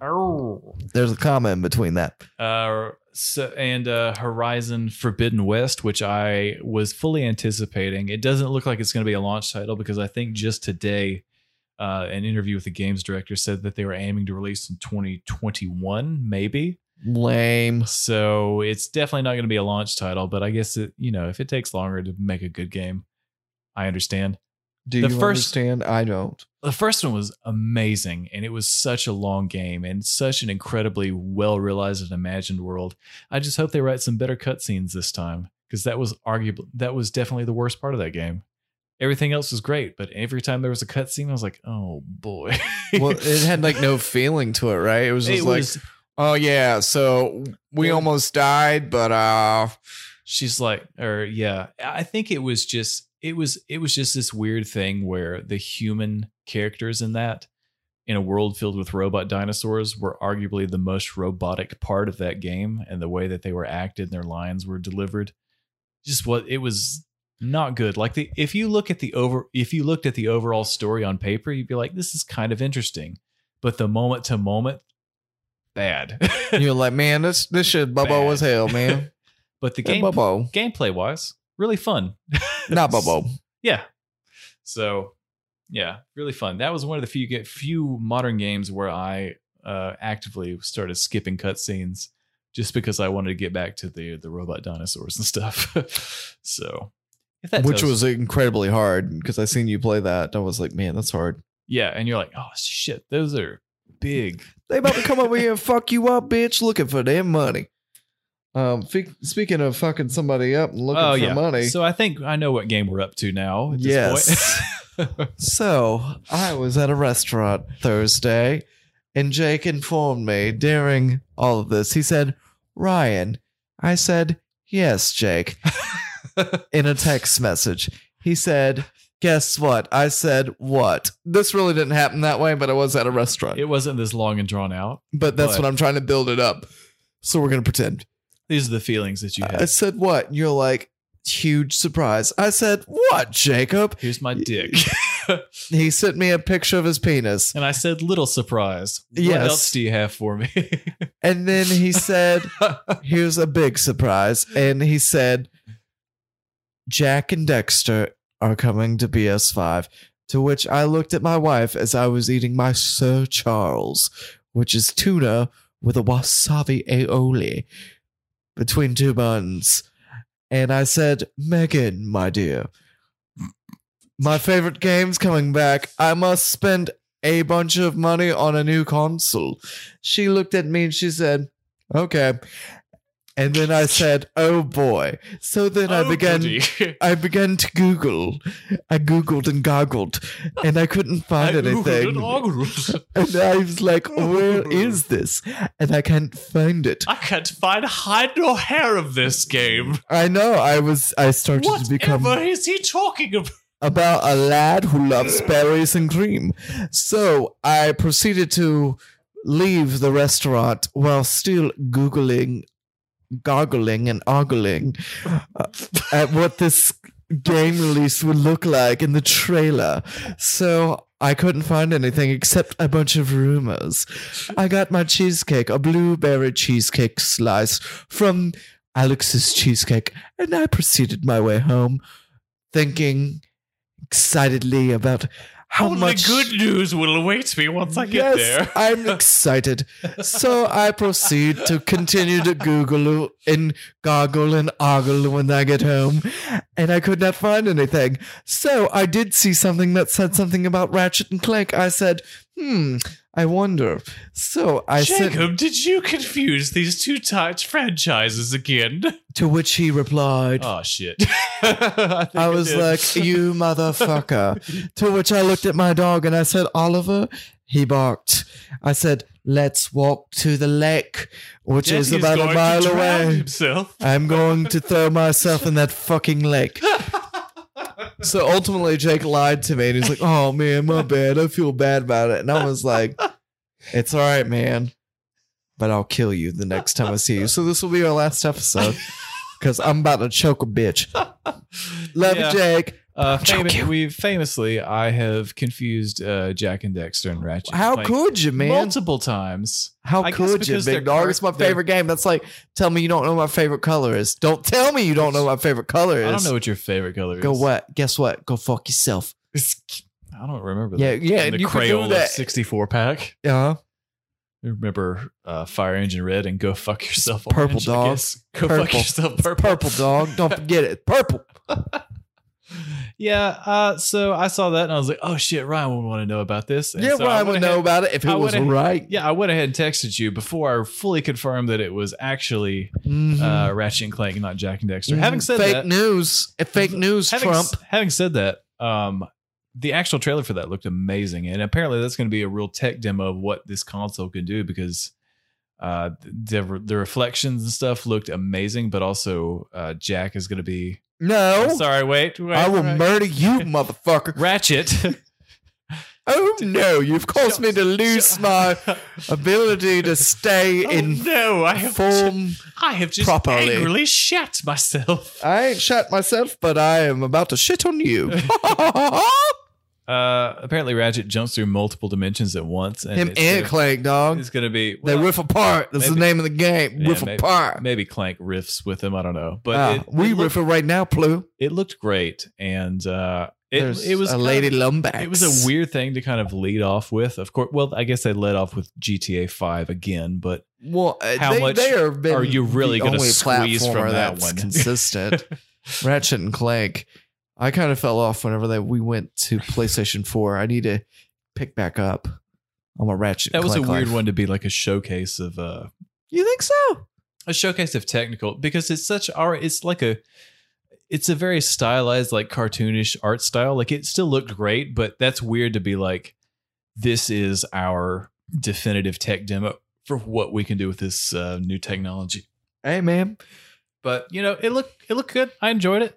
Oh. There's a comma in between that. uh, so, and uh, Horizon Forbidden West, which I was fully anticipating. It doesn't look like it's going to be a launch title because I think just today, uh, an interview with the games director said that they were aiming to release in 2021, maybe. Lame. So it's definitely not going to be a launch title, but I guess it, you know, if it takes longer to make a good game, I understand. Do The you first- understand? I don't. the first one was amazing and it was such a long game and such an incredibly well realized and imagined world i just hope they write some better cutscenes this time because that was arguably that was definitely the worst part of that game everything else was great but every time there was a cutscene i was like oh boy Well, it had like no feeling to it, right? It was just it like was Oh yeah, so we Well- almost died, but uh she's like or yeah i think it was just it was it was just this weird thing where the human characters in that in a world filled with robot dinosaurs were arguably the most robotic part of that game and the way that they were acted and their lines were delivered just what it was not good like the if you look at the over if you looked at the overall story on paper you'd be like this is kind of interesting but the moment to moment bad you're like, man, this this shit bubbo Bad. as hell, man. but the That game bubbo, gameplay wise really fun not bubbo. yeah. So, yeah, really fun. That was one of the few get few modern games where I uh, actively started skipping cutscenes just because I wanted to get back to the the robot dinosaurs and stuff. so, if that Which tells- was incredibly hard because I seen you play that. I was like, man, that's hard. yeah, and you're like, oh shit, those are big. They about to come over here and fuck you up, bitch, looking for their money. Um, fe- speaking of fucking somebody up and looking oh for yeah, money, so-, So I think I know what game we're up to now. At this Yes. Point. I was at a restaurant Thursday, and Jake informed me during all of this. He said, "Ryan," I said, "Yes, Jake." in a text message. He said, Guess what? I said, What? This really didn't happen that way, but I was at a restaurant. it wasn't this long and drawn out. but that's but- what I'm trying to build it up. So we're going to pretend. These are the feelings that you I had. said, What? And you're like, Huge surprise. I said, What, Jacob? Here's my dick. He sent me a picture of his penis. and I said, little surprise. What Yes. else do you have for me? And then he said, Here's a big surprise. And he said, Jack and Dexter are coming to BS5. To which I looked at my wife as I was eating my Sir Charles, which is tuna with a wasabi aioli between two buns. And I said, Megan, my dear, my favorite game's coming back. I must spend a bunch of money on a new console. She looked at me and she said, Okay. And then I said, Oh boy. So then I Oh, began. goody. I began to Google. I Googled and goggled, and I couldn't find I googled anything. and oggled. And I was like, where is this? And I can't find it. I can't find hide nor hair of this game. I know. I was. I started to become Whatever is he talking about? about a lad who loves berries and cream. So I proceeded to leave the restaurant while still googling, gargling, and ogling uh, at what this game release would look like in the trailer. So. I couldn't find anything except a bunch of rumors. I got my cheesecake, a blueberry cheesecake slice from Alex's Cheesecake, and I proceeded my way home thinking excitedly about how Only much good news will await me once I get yes, there. I'm excited. so I proceed to continue to Google and gargle and ogle when I get home, and I could not find anything. So I did see something that said something about Ratchet and Clank. I said, hmm, I wonder. So I Jacob, sent, did you confuse these two types franchises again? to which he replied, Oh shit! I, think I was did. like, you motherfucker. to which I looked at my dog and I said, Oliver, he barked. I said, let's walk to the lake, which Yet is he's about going a to mile drown away. Himself. I'm going to throw myself in that fucking lake. so ultimately, Jake lied to me and he's like, oh man, my bad. I feel bad about it. And I was like, it's all right, man. But I'll kill you the next time I see you. So this will be our last episode because I'm about to choke a bitch. Love Yeah. you, Jake. Uh, Choke fam- you. we famously, I have confused uh, Jack and Dexter and Ratchet. and How Clank could you, man? Multiple times. How I guess could you, because they're big dog? car- It's my they're- favorite game. That's like, tell me you don't know what my favorite color is. Don't tell me you don't know what my favorite color is. I don't know what your favorite color is. Go what? Guess what? Go fuck yourself. I don't remember Yeah, that. yeah, And the you could do Crayola that. 64 pack. Yeah. I remember uh, Fire Engine Red and Go Fuck Yourself Purple Orange, I dog. guess. Go Fuck Purple. Yourself Purple. Purple dog. Don't forget it. Purple. Yeah. Uh, so I saw that and I was like, oh shit, Ryan would want to know about this. And yeah, so Ryan went would ahead- know about it if it I was would've- right. Yeah, I went ahead and texted you before I fully confirmed that it was actually Mhm. uh, Ratchet and Clank, and not Jack and Dexter. Mhm. Having said fake that, news, eh, fake news, having, Trump. having said that, um, the actual trailer for that looked amazing, and apparently that's going to be a real tech demo of what this console can do because uh, the the reflections and stuff looked amazing, but also uh, Jack is going to be. no, Sorry, wait, wait, Oh, I will wait. murder you, motherfucker. Ratchet. Oh no, you've caused me to lose my ability to stay Oh, in no, I have ju- form. I have just properly. angrily shat myself. I ain't shot myself, but I am about to shit on you. Uh, apparently, Ratchet jumps through multiple dimensions at once, and Him it's and gonna, Clank, dog. it's going to be They well, riff apart. That's maybe- the name of the game. Yeah, riff maybe- apart. maybe Clank riffs with him. I don't know, but Ah, it, it we riff looked, it right now, Plu. it looked great, and uh, it There's it was a kind lady Of, lumbax. it was a weird thing to kind of lead off with. Of course, well, I guess they led off with GTA Five again, but Well, uh, How they, much they are been are you really the gonna only squeeze from platformer that that's one? consistent. Ratchet and Clank. I kind of fell off whenever that we went to PlayStation Four. I need to pick back up on my Ratchet. that and was a Clank weird life. one to be like a showcase of uh, You think so? a showcase of technical because it's such our it's like a it's a very stylized like cartoonish art style like it still looked great but that's weird to be like this is our definitive tech demo for what we can do with this uh, new technology Hey, man. but you know it looked it looked good i enjoyed it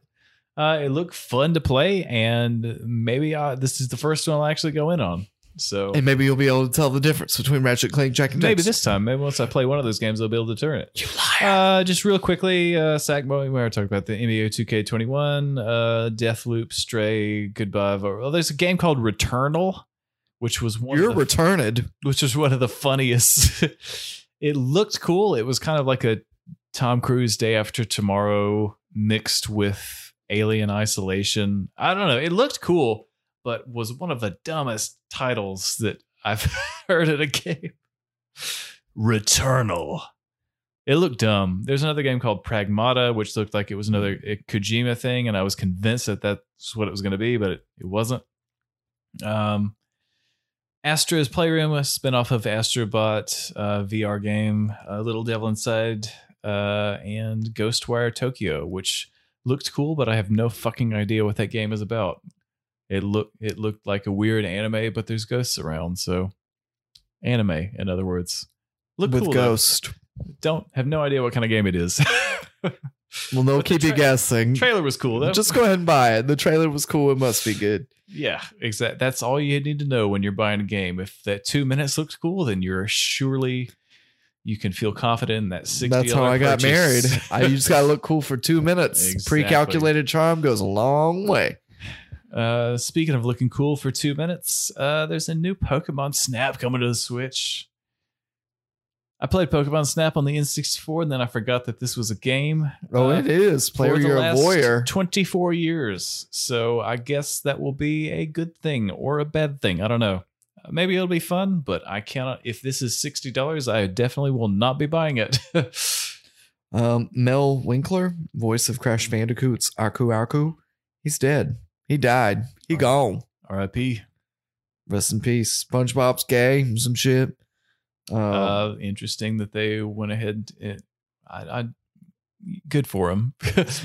uh, it looked fun to play and maybe uh, this is the first one i'll actually go in on So And maybe you'll be able to tell the difference between Ratchet Clank Jack and maybe Dexter. this time, maybe once I play one of those games, I'll be able to turn it. You liar. Uh, just real quickly, uh, Sack, we already talked about the NBA 2K21, uh, Deathloop, Stray, Goodbye. Vo- Well, there's a game called Returnal, which was one. You're of the, returned. which was one of the funniest. it looked cool. It was kind of like a Tom Cruise Day After Tomorrow mixed with Alien Isolation. I don't know. It looked cool, but was one of the dumbest titles that I've heard at a game. Returnal. It looked dumb. There's another game called Pragmata, which looked like it was another uh, Kojima thing, and I was convinced that that's what it was going to be, but it, it wasn't. Um, Astra's Playroom, a spinoff of Astrobot uh, VR game, uh, Little Devil Inside, uh, and Ghostwire Tokyo, which looked cool, but I have no fucking idea what that game is about. It looked it looked like a weird anime, but there's ghosts around, so anime, in other words. Look with cool, though. Ghost. Don't have no idea what kind of game it is. Well, no, But the keep you tra- guessing. trailer was cool though. Just go ahead and buy it. The trailer was cool. It must be good. yeah, exactly. That's all you need to know when you're buying a game. If that two minutes looks cool, then you're surely you can feel confident in that sixty. That's how I got married. purchase. I you just got to look cool for two minutes. Exactly. Pre-calculated charm goes a long way. Uh, speaking of looking cool for two minutes, uh, there's a new Pokemon Snap coming to the Switch. I played Pokemon Snap on the N64, and then I forgot that this was a game. Oh, Uh, it is. Player, for the you're a last warrior. 24 years. So I guess that will be a good thing or a bad thing. I don't know. Uh, Maybe it'll be fun, but I cannot. If this is $60, I definitely will not be buying it. Um, Mel Winkler, voice of Crash Bandicoot's Aku Aku, he's dead. He died. He Right. gone. RIP. Rest in peace. SpongeBob's gay. and Some shit. Uh, Uh, interesting that they went ahead. And, eh, I, I, good for him.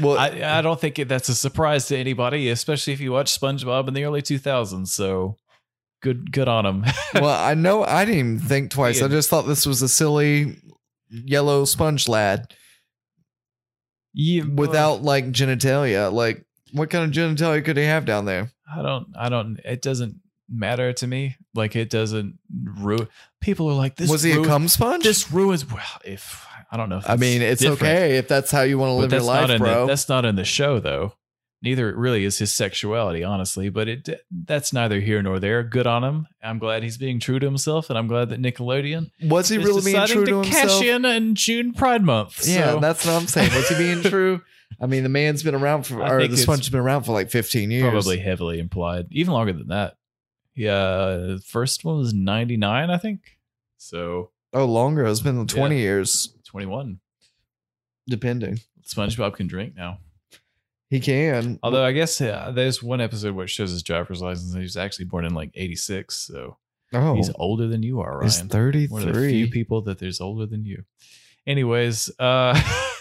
well, I, I don't think it, that's a surprise to anybody, especially if you watch SpongeBob in the early 2000s. So good, good on him. well, I know I didn't even think twice. I Yeah. just thought this was a silly yellow sponge lad yeah, well- without like genitalia. Like, what kind of genitalia could he have down there? I don't, I don't, it doesn't matter to me. Like it doesn't ruin. People are like, this was he a ruins, cum sponge? This ruins. Well, if I don't know. If I mean, that's it's different, okay if that's how you want to but live your that's not life, in the- bro. that's not in the show though. Neither really is his sexuality, honestly. But it that's neither here nor there. Good on him. I'm glad he's being true to himself, and I'm glad that Nickelodeon Was he is really being deciding to, true to cash himself? in in June Pride Month. Yeah, so that's what I'm saying. Was he being true? I mean, the man's been around for, I or think the it's sponge's been around for like 15 years. probably heavily implied, even longer than that. Yeah, the first one was '99, I think. So Oh, longer. It's been 20 years, 21. depending. SpongeBob can drink now. He can. Although I guess uh, there's one episode where it shows his driver's license. and He was actually born in like '86, so oh, he's older than you are, he's Ryan. One of the few 33. people that there's older than you. Anyways, uh,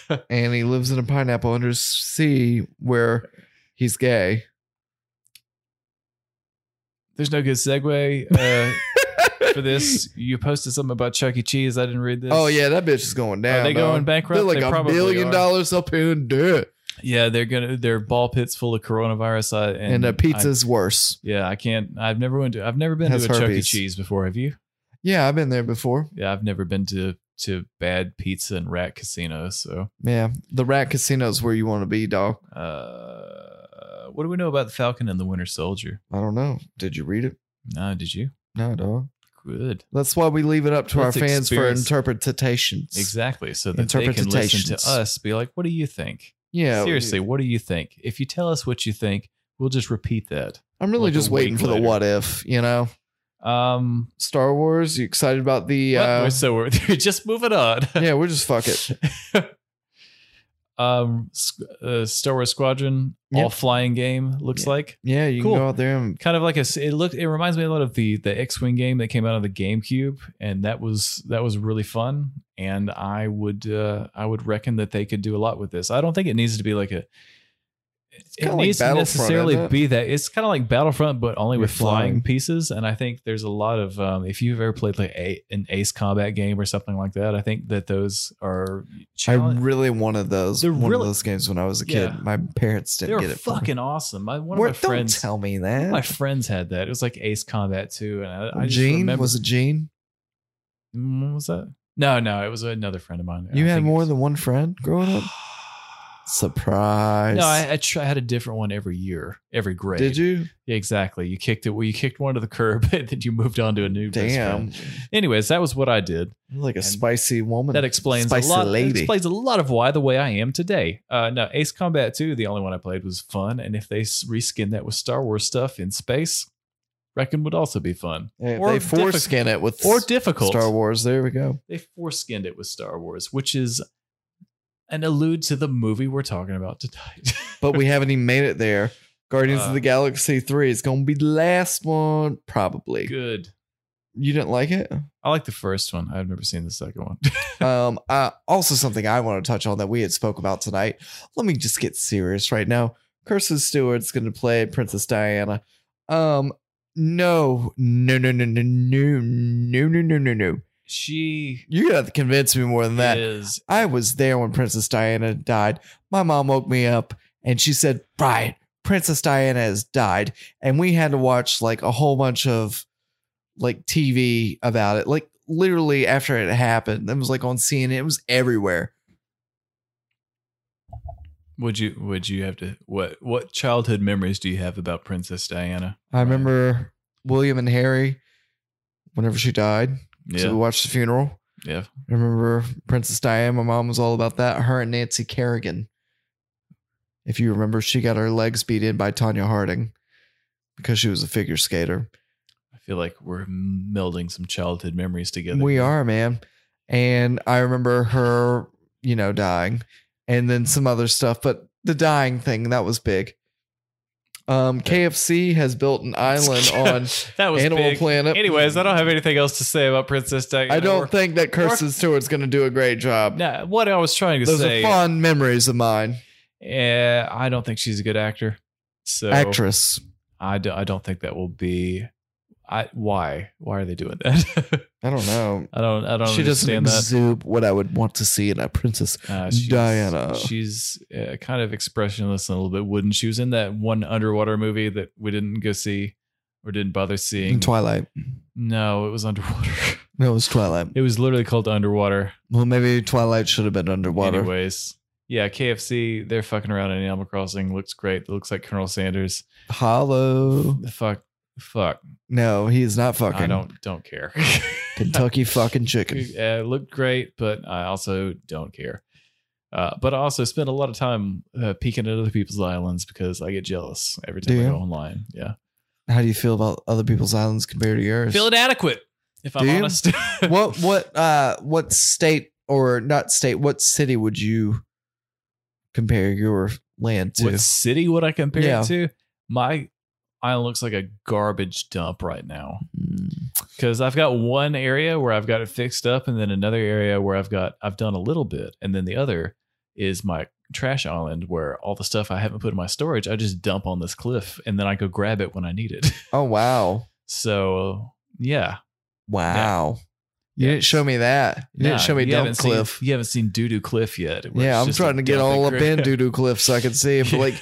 And he lives in a pineapple under sea where he's gay. there's no good segue uh, for this. You posted something about Chuck E. Cheese. I didn't read this. Oh, yeah, that bitch is going down. Are they dog. going bankrupt? They're like They a probably billion are. dollars up in debt. yeah. They're gonna their ball pits full of coronavirus. I, and And, a I- pizza's worse. yeah, I can't. I've never went to. I've never been to Has a Chuck E. herpes. Cheese before. Have you? Yeah, I've been there before. Yeah, I've never been to to bad pizza and rat casinos. So Yeah. The rat casino's where you want to be, dog. Uh, what do we know about the Falcon and the Winter Soldier? I don't know. Did you read it? No, did you? No, dog. Good. That's why we leave it up to Let's our fans for experience- interpretations. Exactly. So that they can listen Interpretations. to us be like, what do you think? Yeah. Seriously, what do you think? If you tell us what you think, we'll just repeat that. I'm really Like a just waiting week for the later. what if, you know? Um, Star Wars, you excited about the. but- Uh, so we're just moving on. yeah, we're just fuck it. um, S- uh, Star Wars Squadron, Yeah. all flying game looks Yeah. like. Yeah, you Cool. can go out there and. kind of like a it looked it reminds me a lot of the the x-wing game that came out on the gamecube and that was that was really fun and i would uh i would reckon that they could do a lot with this i don't think it needs to be like a it kinda like needs to Battlefront, necessarily isn't it? be that. It's kind of like Battlefront, but only with You're flying. flying. pieces. And I think there's a lot of um, if you've ever played like a, an Ace Combat game or something like that, I think that those are I challenge- really wanted those. They're One of really- those games when I was a kid. Yeah. My parents didn't they're get it. for me. fucking awesome. My, one of What- my don't friends, tell me one of my that. friends had that. It was like Ace Combat too, and I, I just Gene remember was it Gene? Mm, what was that? No, no, it was another friend of mine. You I had think more it's- than one friend growing up. Surprise! No, I, I, tr- I had a different one every year, every grade. did you? Yeah, exactly. You kicked it. Well, you kicked one to the curb, and then you moved on to a new. best Damn, friend. Anyways, that was what I did. You're like a And spicy woman. That explains spicy a lot. Lady. It explains a lot of why the way I am today. Uh, no, Ace Combat Two, the only one I played, was fun, and if they s- reskin that with Star Wars stuff in space, reckon would also be fun Yeah, or they difficult- foreskin it with or difficult. Star Wars. There we go. They foreskinned it with Star Wars, which is an allude to the movie we're talking about tonight. But we haven't even made it there. Guardians Uh, of the Galaxy Three is going to be the last one, probably. Good. You didn't like it? I like the first one. I've never seen the second one. um, uh, also something I want to touch on that we had spoke about tonight. Let me just get serious right now. Kirsten Stewart's going to play Princess Diana. Um, no, no, no, no, no, no, no, no, no, no, no. she You gotta convince me more than that. is I was there when Princess Diana died. My mom woke me up and she said, Brian, Princess Diana has died. And we had to watch like a whole bunch of like TV about it. Like literally after it happened, it was like on CNN, it was everywhere. Would you would you have to what what childhood memories do you have about Princess Diana? I remember William and Harry whenever she died. So Yeah, we watched the funeral. yeah. I remember Princess Diana. My mom was all about that. Her and Nancy Kerrigan. If you remember, she got her legs beat in by Tanya Harding because she was a figure skater. I feel like we're melding some childhood memories together. We are, man. And I remember her, you know, dying and then some other stuff, but the dying thing, that was big. Um, KFC has built an island on that was Animal big. Planet. Anyways, I don't have anything else to say about Princess Diana. I don't Or- think that Kirsten Stewart's going to do a great job. Nah, what I was trying to Those say. are fond memories of mine. eh, I don't think she's a good actor. So Actress. I, do, I don't think that will be. I why why are they doing that? I don't know. I don't I don't she doesn't understand that. exude what I would want to see in a princess. Uh, Diana. She's uh, kind of expressionless and a little bit wooden. She was in that one underwater movie that we didn't go see or didn't bother In seeing. Twilight, no, it was underwater. no, it was Twilight. it was literally called Underwater. Well, maybe Twilight should have been underwater. Anyways, yeah, KFC, they're fucking around in Animal Crossing. Looks great. looks like Colonel Sanders. Hollow. Fuck. Fuck. No, he's not fucking. I don't don't care. Kentucky fucking chicken. uh, looked great, but I also don't care. Uh, but I also spend a lot of time uh, peeking at other people's islands because I get jealous every time Do I you? go online. Yeah, How do you feel about other people's islands compared to yours? feel inadequate if I'm Do you? honest. what what uh what state or not state? What city would you compare your land to? What city would I compare Yeah. it to? My island looks like a garbage dump right now Mm. because I've got one area where I've got it fixed up, and then another area where I've got I've done a little bit, and then the other is my trash island where all the stuff I haven't put in my storage I just dump on this cliff, and then I go grab it when I need it. Oh wow, So yeah, wow! You Yeah. didn't show me that. You Nah, didn't show me haven't Dump seen- Cliff. you haven't seen Doo Doo Cliff yet. where Yeah, it's I'm just trying a to get dump all up and in grab. Doodoo Cliff so I can see if like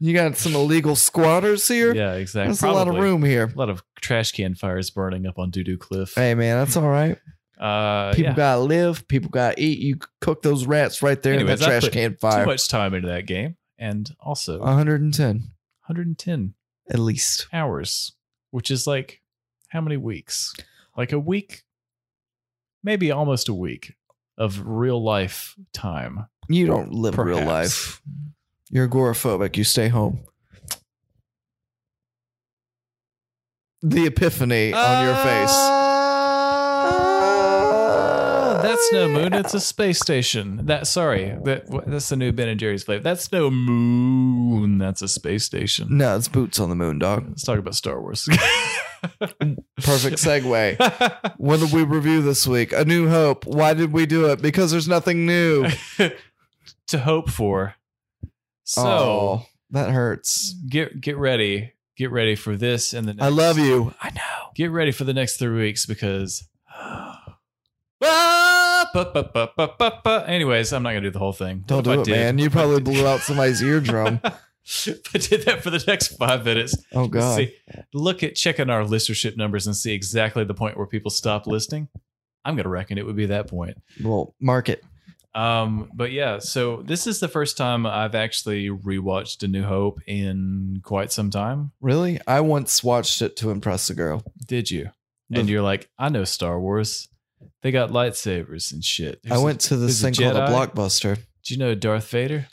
you got some illegal squatters here. yeah, exactly. That's a lot of Probably. room here. A lot of trash can fires burning up on Doo Doo Cliff. Hey man, that's all right. Uh, People yeah. gotta live. People gotta eat. You cook those rats right there Anyways, in that I trash put can too fire. Uh-huh. much time into that game, and also 110 110 at least. hours, which is like how many weeks? Like a week, maybe almost a week of real life time. You don't live real Perhaps. life. You're agoraphobic. You stay home. The epiphany on your face. Oh, that's no moon. It's a space station. That sorry, that wh- that's the new Ben and Jerry's flavor. That's no moon. That's a space station. No, it's boots on the moon, dog. Let's talk about Star Wars. Perfect segue. What did we review this week? A New Hope. Why did we do it? Because there's nothing new. to hope for. So Oh. That hurts. Get get ready. Get ready for this and the next. I love you. I know. Get ready for the next three weeks because. Ah, bu- bu- bu- bu- bu- bu- Anyways, I'm not gonna do the whole thing. Don't If do I it, did- man. You if I probably did- blew out somebody's eardrum. if I did that for the next five minutes. Oh god. See, look at checking our listenership numbers and see exactly the point where people stop listening. I'm gonna reckon it would be that point. Well, mark it. Um, but yeah, so this is the first time I've actually rewatched A New Hope in quite some time. Really? I once watched it to impress a girl. Did you? The- and you're like, I know Star Wars. They got lightsabers and shit. I There's a- went to this there's thing called a Jedi. blockbuster. Do you know Darth Vader?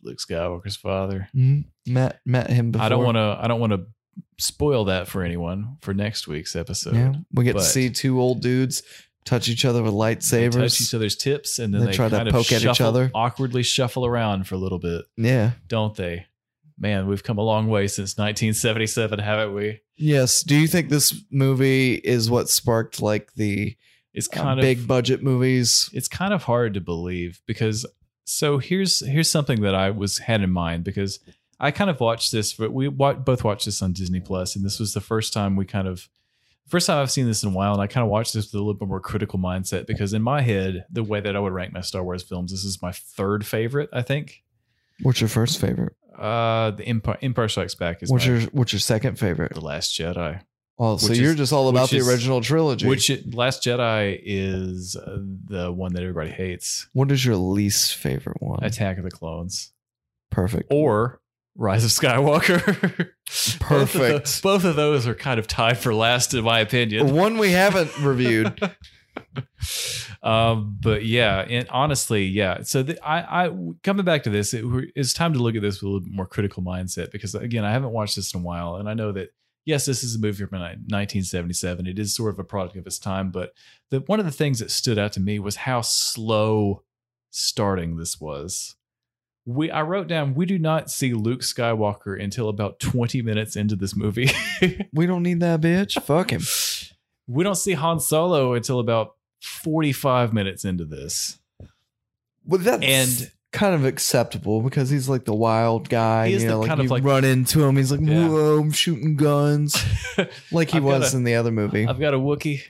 Luke Skywalker's father. Mm, met met him before. Hmm? I don't want to. I don't want to spoil that for anyone for next week's episode. Yeah, we get but- to see two old dudes touch each other with They lightsabers. touch each other's tips and then They they, try to kind of poke at each shuffle- other. awkwardly shuffle around for a little bit, yeah. don't they? Man, we've come a long way since 1977, haven't we? Yes. Do you think this movie is what sparked like the It's uh, kind of big budget movies? it's kind of hard to believe because so here's here's something that I was had in mind because I kind of watched this, but we wa- both watched this on Disney Plus, and this was the first time we kind of first time I've seen this in a while, and I kind of watched this with a little bit more critical mindset because in my head, the way that I would rank my Star Wars films, this is my third favorite, I think. What's your first favorite? Uh, the Empire, Empire Strikes Back is What's my- your What's your second favorite? the Last Jedi. Oh, so which you're is- just all about which the is- original trilogy. Which it, Last Jedi is uh, the one that everybody hates. what is your least favorite one? Attack of the Clones. Perfect. or Rise of Skywalker. both, of Perfect. tho- both of those are kind of tied for last, in my opinion. One we haven't reviewed. um, but yeah, and honestly, yeah. So the, I, I coming back to this, it, we're- it's time to look at this with a little bit more critical mindset because again, I haven't watched this in a while, and I know that yes, this is a movie from 1977. It is sort of a product of its time, but the, one of the things that stood out to me was how slow starting this was. We I wrote down we do not see Luke Skywalker until about 20 minutes into this movie. We don't need that bitch. Fuck him. we don't see Han Solo until about 45 minutes into this. Well, that's And- kind of acceptable because he's like the wild guy. He is you know, the like kind you of like- run into him, he's like, Yeah. "Whoa, I'm shooting guns," like he I've was got a- in the other movie. I've got a Wookiee.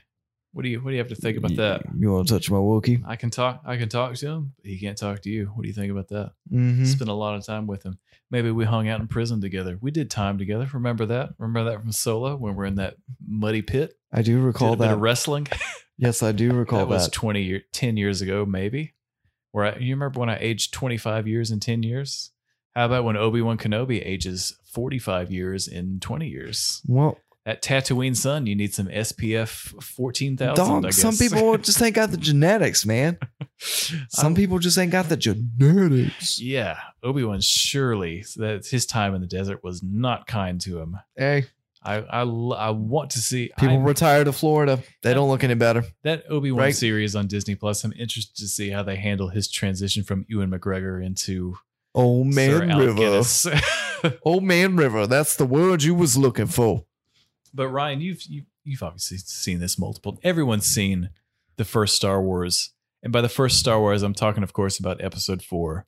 What do you what do you have to think about You- that? You, want to touch my Wookie? I can talk I can talk to him, but he can't talk to you. What do you think about that? Mm-hmm. Spent a lot of time with him. Maybe we hung out in prison together. We did time together. Remember that? Remember that from Solo when we're in that muddy pit? I do Did a recall bit that. of wrestling. yes, I do recall that was that. 20 year 10 years ago maybe where I, you remember when i aged 25 years in 10 years how about when obi-wan kenobi ages 45 years in 20 years Well, at tatooine sun you need some spf 14000 I dog. guess. Some people just ain't got the genetics, man. Some I'm- people just ain't got the genetics. yeah obi-wan surely that his time in the desert was not kind to him Hey, i i, l- I want to see people I'm- retire to Florida. They don't look any better. that Obi Wan Right. series on Disney Plus. I'm interested to see how they handle his transition from Ewan McGregor into Sir Old man Alec River. Guinness. Old man River. That's the word you was looking for. But Ryan, you've you, you've obviously seen this multiple. Everyone's seen the first Star Wars, and by the first Star Wars, I'm talking, of course, about Episode Four,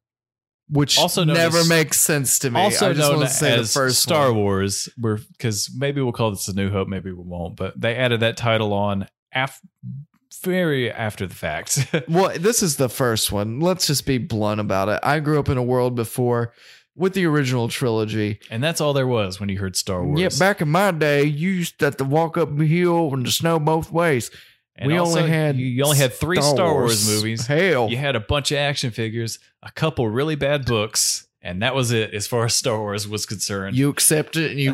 which Also known never as- makes sense to me. also I just known want to as say the first Star one. Wars. We're because maybe we'll call this a New Hope, maybe we won't. But they added that title on af- very after the fact. Well, this is the first one. Let's just be blunt about it. I grew up in a world before with the original trilogy. and that's all there was when you heard Star Wars. Yeah, back in my day, you used to have to walk up the hill and the snow both ways. And we also, only had you, you only had three Star, Wars movies. Hell, You had a bunch of action figures, a couple really bad books, and that was it as far as Star Wars was concerned. you accept it and you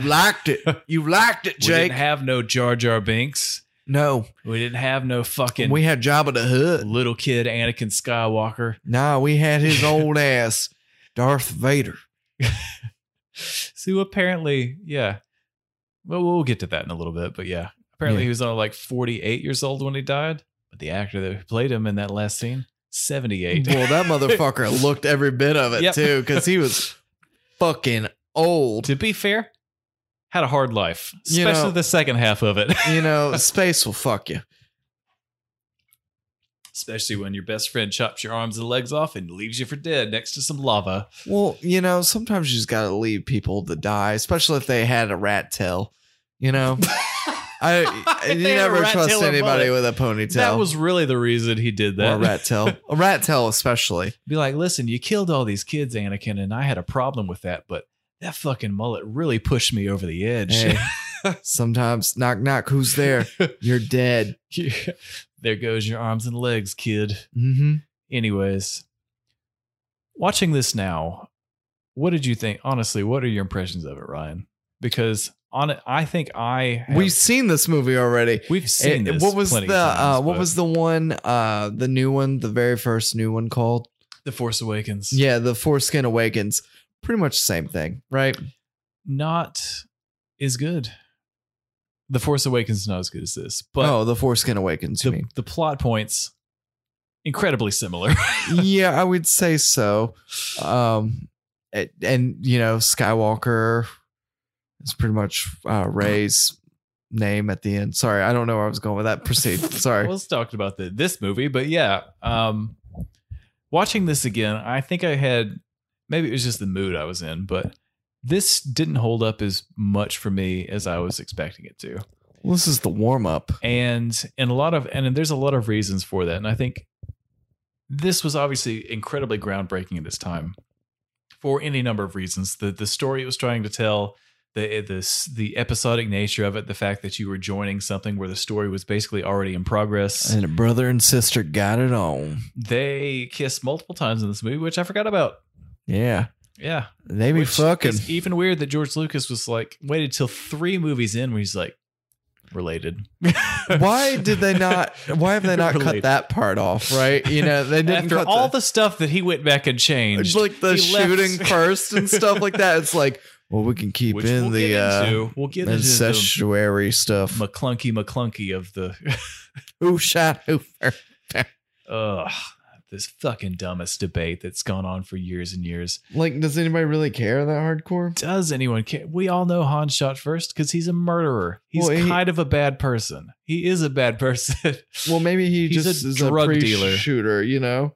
liked it. You liked it, We Jake. didn't have no Jar Jar Binks. no, We didn't have no fucking we had Jabba the Hutt. little kid Anakin Skywalker. Nah, we had his old ass, Darth Vader. So apparently, yeah. Well, we'll get to that in a little bit, but yeah. Apparently, Yeah. he was only like 48 years old when he died, but the actor that played him in that last scene, 78. Well, that motherfucker looked every bit of it Yep. too, because he was fucking old. to be fair, had a hard life, You especially know- the second half of it. You know, space will fuck you. especially when your best friend chops your arms and legs off and leaves you for dead next to some lava. Well, you know, sometimes you just gotta leave people to die, especially if they had a rat tail. You know, I If you they had a never rat trust tail or anybody mullet. with a ponytail that was really the reason he did or that. a rat tail, a rat tail especially. Be like, listen, you killed all these kids, Anakin, and I had a problem with that, but that fucking mullet really pushed me over the edge. Hey, sometimes knock knock, who's there? You're dead. there goes your arms and legs, kid. Mm-hmm. Anyways, watching this now, what did you think? Honestly, what are your impressions of it, Ryan? Because on it, I think I have- We've seen this movie already. we've seen It- this. Eh, what was the plenty of times, uh, what but was the one uh, the new one, the very first new one called? the Force Awakens? Yeah, the foreskin awakens. Pretty much the same thing, right? not as good. The Force Awakens is not as good as this, but oh, the foreskin awakens. You the, mean? the plot points incredibly similar. yeah, I would say so. Um, and, and you know, Skywalker is pretty much uh, Ray's name at the end. Sorry, I don't know where I was going with that. Proceed. Sorry. Well, let's talk about the, this movie, but yeah, um, watching this again, I think I had maybe it was just the mood I was in, but this didn't hold up as much for me as I was expecting it to. Well, this is the warm up. and and a lot of and there's a lot of reasons for that and i think this was obviously incredibly groundbreaking at its time for any number of reasons the the story it was trying to tell the eh, this the episodic nature of it the fact that you were joining something where the story was basically already in progress And a brother and sister got it on. they kiss multiple times in this movie which i forgot about Yeah, yeah they be Which fucking. is even weird that george lucas was like waited till three movies in where he's like related Why did they not? Why have they not cut Related. that part off? Right? You know, they didn't After cut all the- the stuff that he went back and changed, like the He left- shooting first and stuff like that. It's like, well, we can keep which in we'll the get uh, into. we'll get into the incestuary stuff. McClunky McClunky of the Who shot who? first? ugh, this fucking dumbest debate that's gone on for years and years. Like, does anybody really care that hardcore? Does anyone care? We all know Han shot first because he's a murderer. He's Well, he- kind of a bad person. He is a bad person. Well, maybe he He's just a is drug a dealer. shooter. You know,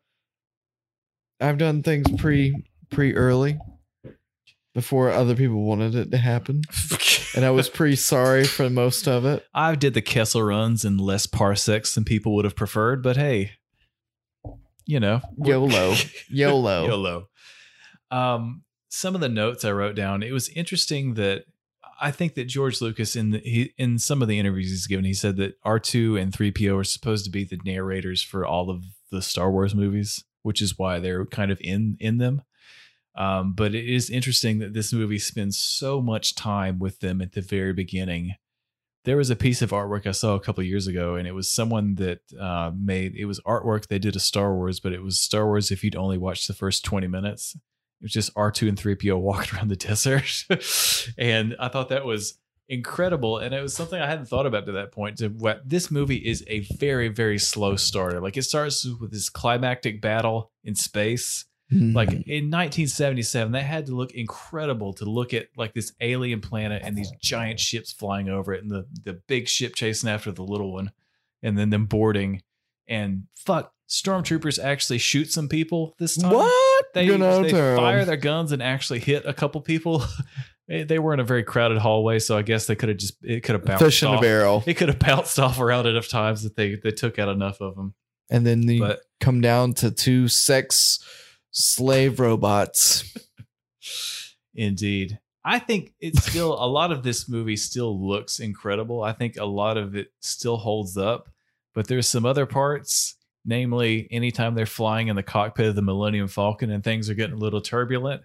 I've done things pre pre early, before other people wanted it to happen, and I was pretty sorry for most of it. I did the Kessel runs in less parsecs than people would have preferred, but hey, you know, YOLO. YOLO. YOLO. Um, some of the notes I wrote down. It was interesting that I think that George Lucas in the, he, in some of the interviews he's given, he said that R two and three PO are supposed to be the narrators for all of the Star Wars movies, which is why they're kind of in in them. Um, but it is interesting that this movie spends so much time with them at the very beginning. There was a piece of artwork I saw a couple of years ago, and it was someone that uh, made it was artwork. They did a Star Wars, but it was Star Wars if you'd only watched the first 20 minutes. It was just R2 and 3PO walking around the desert. and I thought that was incredible. And it was something I hadn't thought about to that point. To what this movie is a very, very slow starter. Like it starts with this climactic battle in space like Mm-hmm. in 1977 that had to look incredible to look at like this alien planet and these giant ships flying over it and the the big ship chasing after the little one and then them boarding and fuck stormtroopers actually shoot some people this time what? they, You know, they Tom. fire their guns and actually hit a couple people they they were in a very crowded hallway so i guess they could have just it could have bounced fish in a off barrel, it could have bounced off around enough times that they they took out enough of them and then you but come down to two sex slave robots. Indeed. I think it's still a lot of this movie still looks incredible. I think a lot of it still holds up, but there's some other parts, namely anytime they're flying in the cockpit of the Millennium Falcon and things are getting a little turbulent.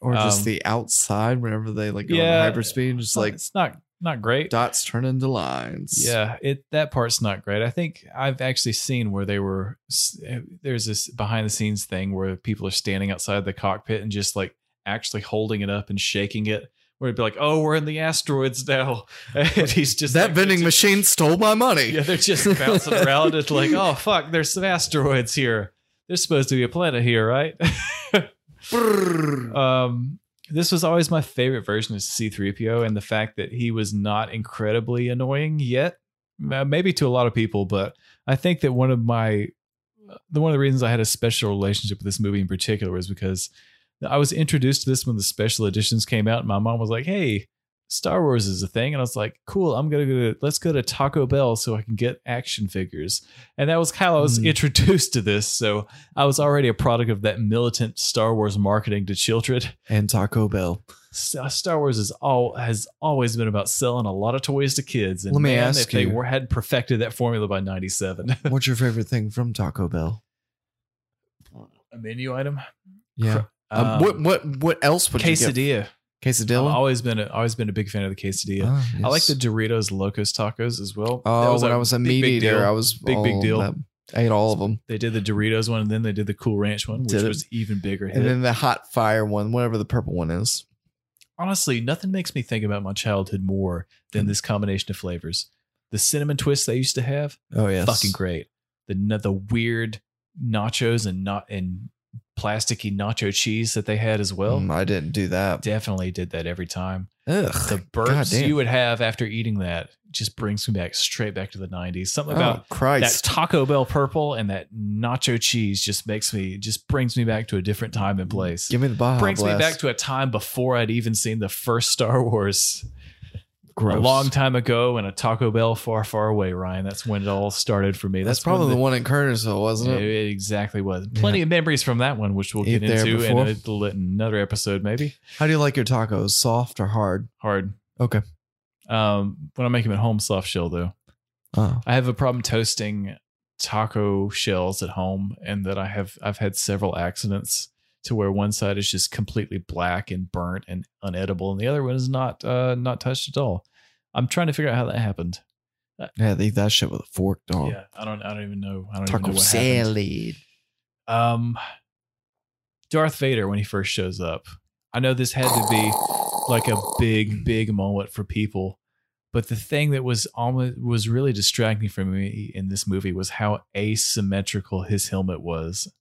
Or just Um, the outside, whenever they like go yeah, on hyperspeed, just It's not- like uh, it's not not great. dots turn into lines. Yeah, it that part's not great. I think I've actually seen where they were s- eh, there's this behind the scenes thing where people are standing outside the cockpit and just like actually holding it up and shaking it. Where it'd be like, "Oh, we're in the asteroids now," and he's just that like- vending just- machine stole my money. Yeah, they're just bouncing around. It's like, "Oh fuck, there's some asteroids here. There's supposed to be a planet here, right?" Brrr. um this was always my favorite version of C3PO and the fact that he was not incredibly annoying yet M- maybe to a lot of people but I think that one of my uh, the one of the reasons I had a special relationship with this movie in particular is because I was introduced to this when the special editions came out. And my mom was like, "Hey, Star Wars is a thing," and I was like, "Cool, I'm gonna go to let's go to Taco Bell so I can get action figures." And that was how I was Mm. introduced to this. So I was already a product of that militant Star Wars marketing to children. and Taco Bell. S- uh, Star Wars is all has always been about selling a lot of toys to kids. And Let me man, ask if they you. were, had perfected that formula by '97, What's your favorite thing from Taco Bell? a menu item. Yeah. Um, Um, what what what else would you get? quesadilla? Quesadilla. I've always been a, always been a big fan of the quesadilla. Ah, I like the yes. Doritos Locos Tacos as well. Oh, when I I was a meat eater, I was Big, big all deal. that- I ate all of them, They did the Doritos one, and then they did the Cool Ranch one, which Did it. was even bigger. Hit. and then the hot fire one, whatever the purple one is. Honestly, nothing makes me think about my childhood more Mm. than this combination of flavors. The cinnamon twist they used to have, Oh yes, fucking great. The na- the weird nachos and not and plasticky nacho cheese that they had as well. Mm, I didn't do that. Definitely did that every time. Ugh, The burps goddamn. you would have after eating that just brings me back straight back to the 90s. Something about oh, Christ. that Taco Bell purple and that nacho cheese just makes me just brings me back to a different time and place. Give me the Baja brings me Blast. back to a time before I'd even seen the first Star Wars Gross. a long time ago in a Taco Bell far, far away, Ryan. That's when it all started for me. That's, probably the when one in Kernersville, wasn't it, it? it exactly was. Plenty of memories from that one, which we'll Eat get there into in before. a, little- another episode, maybe. How do you like your tacos? Soft or hard? Hard. Okay. Um, when I make them at home, soft shell though. Oh, I have a problem toasting taco shells at home, and that I have I've had several accidents to where one side is just completely black and burnt and unedible, and the other one is not uh, not touched at all. I'm trying to figure out how that happened. yeah, they eat that shit with a fork, dog. Yeah, I don't I don't even know. I don't even Taco know what happened. salad. Um, Darth Vader when he first shows up. I know this had to be like a big big moment for people but the thing that was almost was really distracting for me in this movie was how asymmetrical his helmet was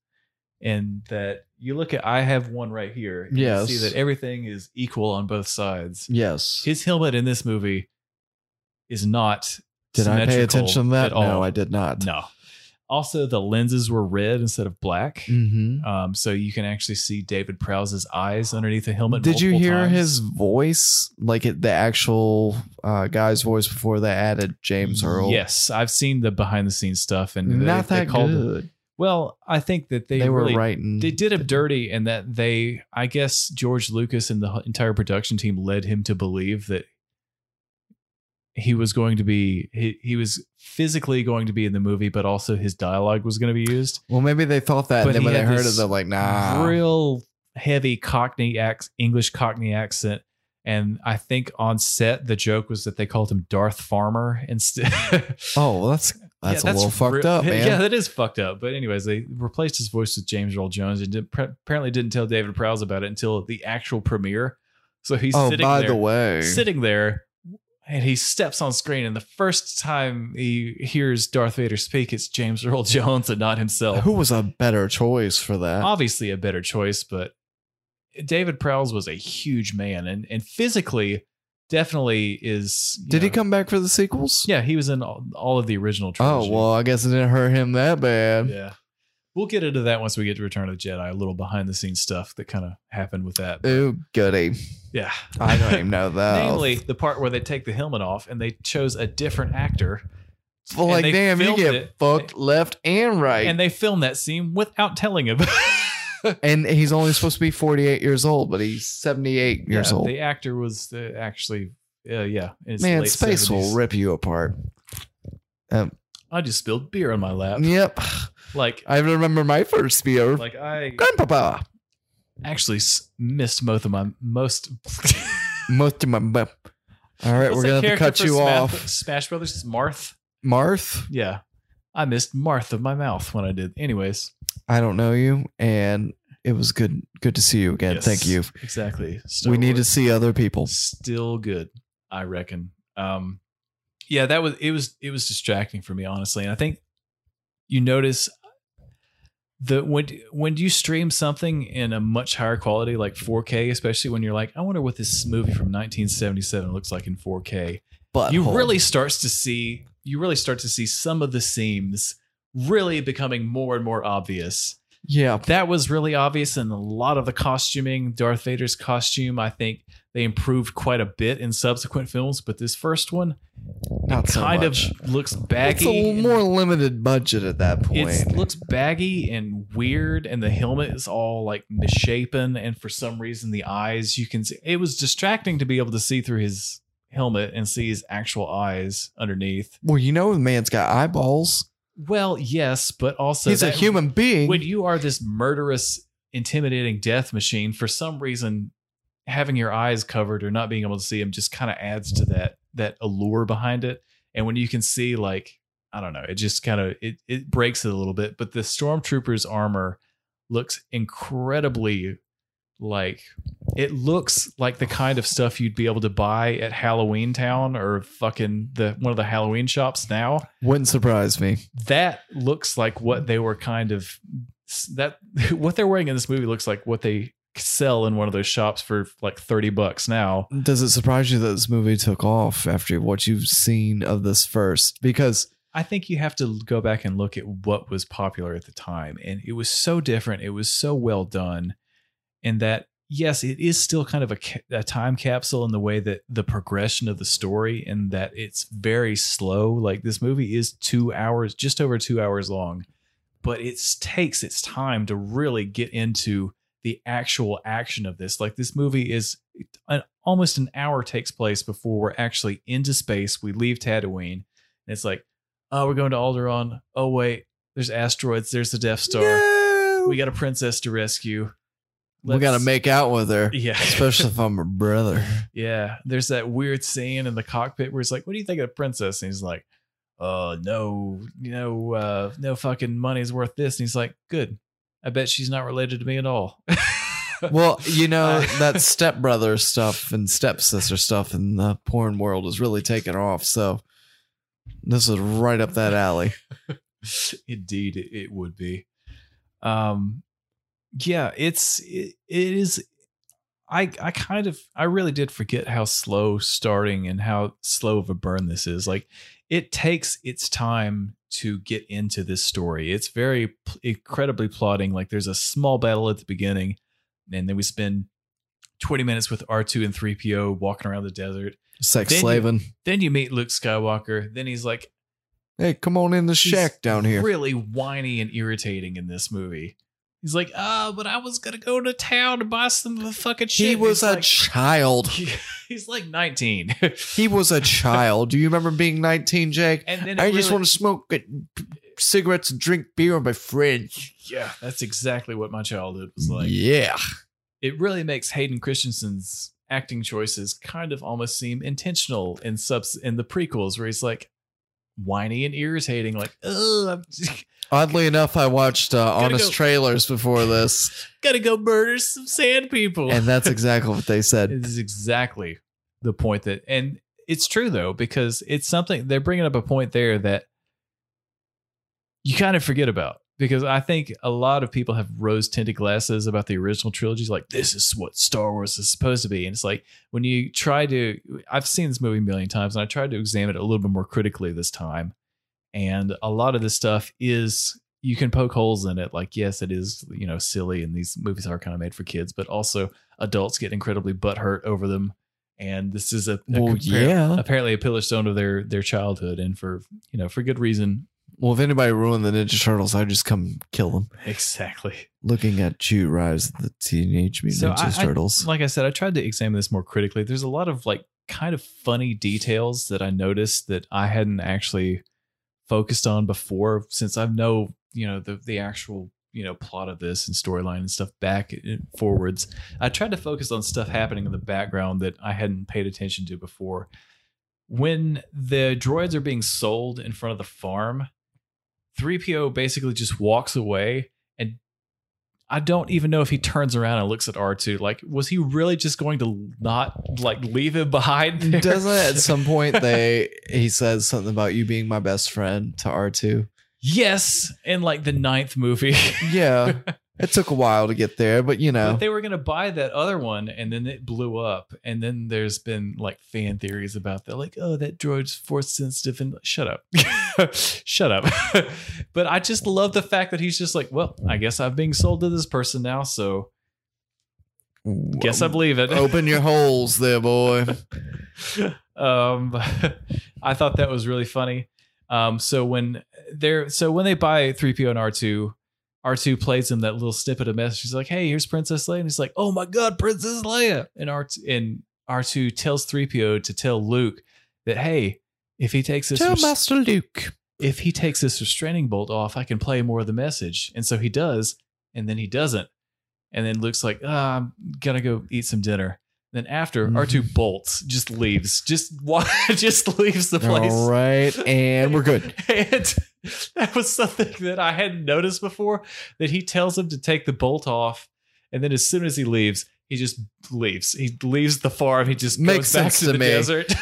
and that you look at i have one right here and you Yes. see that everything is equal on both sides Yes. his helmet in this movie is not did I pay symmetrical attention to that? at all. No, I did not. no also the lenses were red instead of black hmm um, so you can actually see david prowse's eyes underneath the helmet Did you multiple hear times. his voice? Like it, the actual uh, guy's voice before they added James Earl? Yes, I've seen the behind the scenes stuff, and they- Not they that called it- good. well, I think that they, They, were really- writing. They did him dirty, and that they, I guess, George Lucas and the h- entire production team led him to believe that he was going to be he, he was physically going to be in the movie, but also his dialogue was going to be used. Well, maybe they thought that, But and then he when they had heard it, this they're like, "Nah." Real heavy Cockney ac- English Cockney accent. And I think on set the joke was that they called him Darth Farmer instead. Oh, well, that's Yeah, that's a little fucked real- up, man. Yeah, that is fucked up. But anyways, they replaced his voice with James Earl Jones and did, pre- apparently didn't tell David Prowse about it until the actual premiere. So he's oh, sitting by there, the way, sitting there, and he steps on screen, and the first time he hears Darth Vader speak, it's James Earl Jones and not himself. who was a better choice for that? Obviously, a better choice, but David Prowse was a huge man, and and physically, definitely is. you Did he know- come back for the sequels? Yeah, he was in all, all of the original Oh trilogy. well, I guess it didn't hurt him that bad. Yeah. We'll get into that once we get to Return of the Jedi, a little behind the scenes stuff that kind of happened with that. Ooh, goody! Yeah. I don't even know that. Namely, the part where they take the helmet off and they chose a different actor well, like and they damn, you filmed get it. fucked left and right, and and, they filmed that scene without telling him. he's only supposed to be forty-eight years old, but he's seventy-eight years Yeah, old. The actor was uh, actually, uh, yeah. in his Man, late space 70s. will rip you apart. Um, I just spilled beer on my lap. Yep, Like, I remember my first beer, like I grandpapa. actually s- missed most of my most. Most of my. bu- All right, What's we're that gonna have to character cut for you Smash- off, Smash Brothers, Marth. Marth. Yeah. I missed Marth of my mouth when I did. Anyways. I don't know you, and it was good good to see you again. yes, Thank you. Exactly. we need to Wars see other people. still good, I reckon. Um yeah, that was it was it was distracting for me, honestly. And I think you notice the when when you stream something in a much higher quality, like 4K, especially when you're like, I wonder what this movie from 1977 looks like in 4K. But you really starts to see you really start to see some of the seams really becoming more and more obvious. Yeah. That was really obvious in a lot of the costuming. Darth Vader's costume, I think they improved quite a bit in subsequent films, but this first one Not so kind much. of looks It's a baggy. little and- more limited budget at that point. it looks baggy and weird, and the helmet is all like misshapen, and for some reason the eyes you can see. It was distracting to be able to see through his helmet and see his actual ey's underneath. well, you know, the man's got eyeballs. Well, yes, but also He's a that- human being. When you are this murderous, intimidating death machine, for some reason, having your eyes covered or not being able to see them just kind of adds to that that allure behind it. And when you can see, like, I don't know, it just kind of it it breaks it a little bit. But the stormtrooper's armor looks incredibly like it looks like the kind of stuff you'd be able to buy at Halloween Town or fucking the one of the Halloween shops now Wouldn't surprise me. that looks like what they were kind of that what they're wearing in this movie looks like what they sell in one of those shops for like 30 bucks now Does it surprise you that this movie took off after what you've seen of this first? Because i think you have to go back and look at what was popular at the time and it was so different it was so well done and that yes it is still kind of a, ca- a time capsule in the way that the progression of the story and that it's very slow like this movie is two hours just over two hours long but it takes its time to really get into the actual action of this. Like this movie is an, almost an hour takes place before we're actually into space. We leave Tatooine, and it's like, oh, we're going to Alderaan. Oh wait, there's asteroids. There's the Death Star. No! We got a princess to rescue. we got to Let's- make out with her, yeah, especially if I'm her brother. yeah, there's that weird scene in the cockpit where he's like, "What do you think of the princess?" And he's like, "Uh, no, no, uh, no fucking money's worth this." And he's like, "Good, I bet she's not related to me at all." Well, you know, Uh, that stepbrother stuff and stepsister stuff in the porn world is really taking off. So this is right up that alley. Indeed, it- it would be. Um, yeah, it's it, it is. I I kind of I really did forget how slow starting and how slow of a burn this is. Like, it takes its time to get into this story. It's very p- incredibly plotting. Like, there's a small battle at the beginning, and then we spend. 20 minutes with R2 and 3PO walking around the desert. Sex Then you- slaving. Then you meet Luke Skywalker. Then he's like, Hey, come on in the shack down here. really whiny and irritating in this movie. He's like, ah, but I was gonna go to town to buy some of the fucking shit. He was He's a like, child. he's like nineteen, He was a child. Do you remember being 19, Jake? and then I it just really- want to smoke uh, p- cigarettes and drink beer with my friends. Yeah, that's exactly what my childhood was like. yeah. It really makes Hayden Christensen's acting choices kind of almost seem intentional in subs in the prequels, where he's like whiny and irritating, like, oh, I'm just Oddly enough, I watched uh, Honest go- Trailers before this, gonna go murder some sand people. and that's exactly what they said. This is exactly the point that, and it's true though, because it's something they're bringing up a point there that you kind of forget about. Because I think a lot of people have rose tinted glasses about the original trilogies, like this is what Star Wars is supposed to be. And it's like when you try to, I've seen this movie a million times and I tried to examine it a little bit more critically this time. And a lot of this stuff is, you can poke holes in it. Like, yes, it is, you know, silly and these movies are kind of made for kids, but also adults get incredibly butthurt over them. And this is a, a Well, compar- yeah. apparently a pillar stone of their their childhood and for you know for good reason Well, if anybody ruined the Ninja Turtles, I'd just come kill them. exactly Looking at you, Rise of the Teenage Mutant So I- Ninja I- Turtles. like i said i tried to examine this more critically there's a lot of like kind of funny details that i noticed that i hadn't actually focused on before since i know you know the the actual you know plot of this and storyline and stuff back and forwards i tried to focus on stuff happening in the background that i hadn't paid attention to before when the droids are being sold in front of the farm 3PO basically just walks away and I don't even know if he turns around and looks at R2. Like, was he really just going to not like leave him behind? there? Doesn't at some point they he says something about you being my best friend to R two? yes, in like the ninth movie. Yeah, It took a while to get there, but you know, But they were going to buy that other one and then it blew up. And then there's been like fan theories about that, like, oh, that droid's force sensitive. And shut up. shut up. but I just love the fact that he's just like, well, I guess I'm being sold to this person now. So guess I believe it. open your holes there, boy. um, I thought that was really funny. Um, so when they're so when they buy three PO and R two, R two plays him that little snippet of message. He's like, "Hey, here's Princess Leia," and he's like, "Oh my God, Princess Leia!" And R and R two tells three PO to tell Luke that, "Hey, if he takes this res- Master Luke. if he takes this restraining bolt off, I can play more of the message." And so he does, and then he doesn't, and then Luke's like, Ah, "I'm gonna go eat some dinner." Then after Mhm. R two bolts, just leaves, just wa- just leaves the place. All right, and we're good. And that was something that I hadn't noticed before. That he tells him to take the bolt off, and then as soon as he leaves, he just leaves. He leaves the farm. He just Makes goes back sense to, to the me. desert.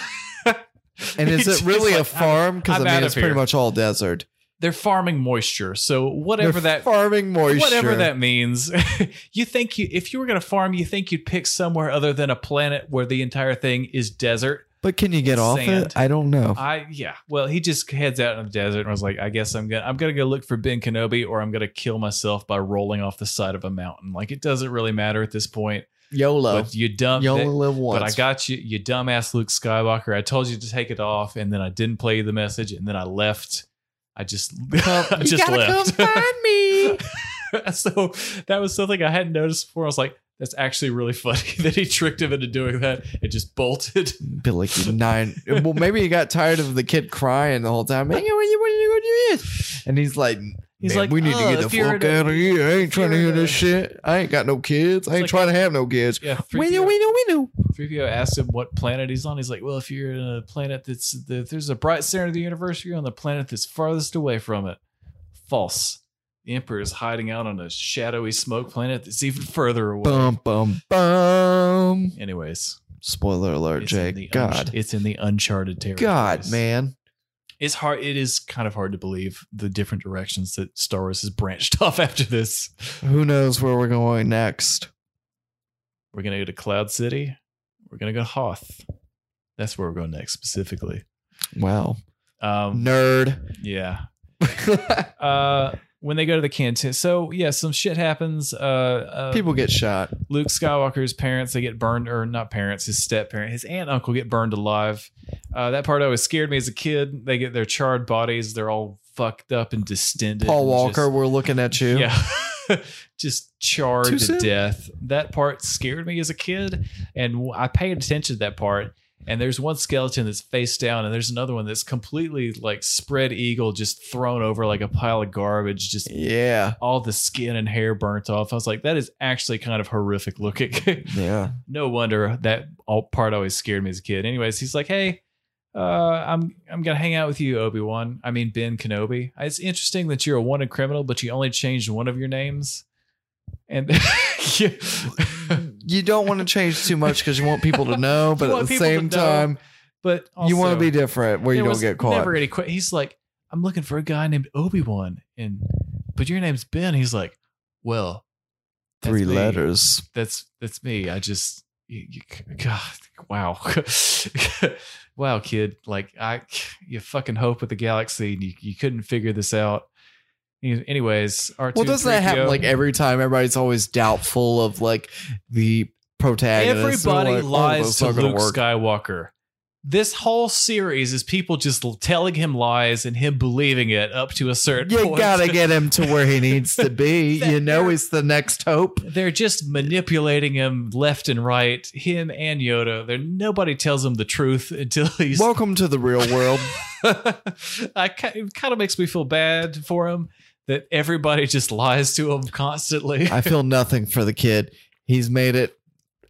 And is He's it really just a like, "I'm- farm? Because I I'm mean, outta it's pretty here." much all desert. They're farming moisture, so whatever They're that farming moisture. whatever that means. you think you if you were going to farm, you think you'd pick somewhere other than a planet where the entire thing is desert. But can you get off Sand. it? I don't know. I yeah. Well, he just heads out in the desert and was like, I guess I'm gonna I'm gonna go look for Ben Kenobi, or I'm gonna kill myself by rolling off the side of a mountain. Like it doesn't really matter at this point. YOLO. But you dumb. You only That, live once. but I got you, you dumbass Luke Skywalker. I told you to take it off, and then I didn't play you the message, and then I left. I just, I You just gotta left. come find me. so that was something I hadn't noticed before. I was like, that's actually really funny that he tricked him into doing that and just bolted. Be like nine. Well, maybe he got tired of the kid crying the whole time. Hey, what are you, what are you gonna do this? And he's like, He's "Man, like, we need "Oh, to get if the you're fuck in a- out of here. I ain't if trying to you're hear in a- this shit. I ain't got no kids. I ain't like- trying to have no kids. Yeah, We know, we know, we know. 3PO asked him what planet he's on. He's like, Well, if you're in a planet that's the, if there's a bright center of the universe, you're on the planet that's farthest away from it. False. The Emperor is hiding out on a shadowy smoke planet that's even further away. Bum, bum, bum. Anyways, Spoiler alert, it's in, Jake. the God, unch- it's in the uncharted territory. God, man. It's hard. It is kind of hard to believe the different directions that Star Wars has branched off after this. Who knows where we're going next? We're gonna go to Cloud City. We're gonna go to Hoth. That's where we're going next specifically. Wow, Um, nerd. yeah. uh when they go to the canteen so yeah some shit happens uh, uh People get shot. luke skywalker's parents they get burned or not parents his step parent his aunt and uncle get burned alive uh that part always scared me as a kid they get their charred bodies they're all fucked up and distended Paul and Walker, just- we're looking at you. yeah just charred Too to soon? death that part scared me as a kid and w- i paid attention to that part and there's one skeleton that's face down and there's another one that's completely like spread eagle just thrown over like a pile of garbage just Yeah. all the skin and hair burnt off. I was like, that is actually kind of horrific looking. Yeah. no wonder that all part always scared me as a kid. Anyways, he's like, hey, uh, I'm I'm gonna hang out with you, Obi Wan. I mean Ben Kenobi. It's interesting that you're a wanted criminal, but you only changed one of your names. And yeah. you don't want to change too much because you want people to know, but You at want the people to same know, time, but also, you want to be different where you there don't was get caught. Never any que- He's like, I'm looking for a guy named Obi Wan, and but your name's Ben. He's like, well, that's Three me. letters. that's that's me. I just you, you, God, wow, wow, kid. Like I, you fucking hope with the galaxy, and you, you couldn't figure this out. Anyways, R two. Well, doesn't that happen like every time? Everybody's always doubtful of like the protagonist. They're everybody like, oh, lies that's to not gonna Luke work. Skywalker? This whole series is people just telling him lies and him believing it up to a certain. You point. gotta get him to where he needs to be. That- you know, he's the next hope. they're just manipulating him left and right, him and Yoda. There nobody tells him the truth until he's Welcome to the real world. I ki- it kind of makes me feel bad for him that everybody just lies to him constantly. I feel nothing for the kid. He's made it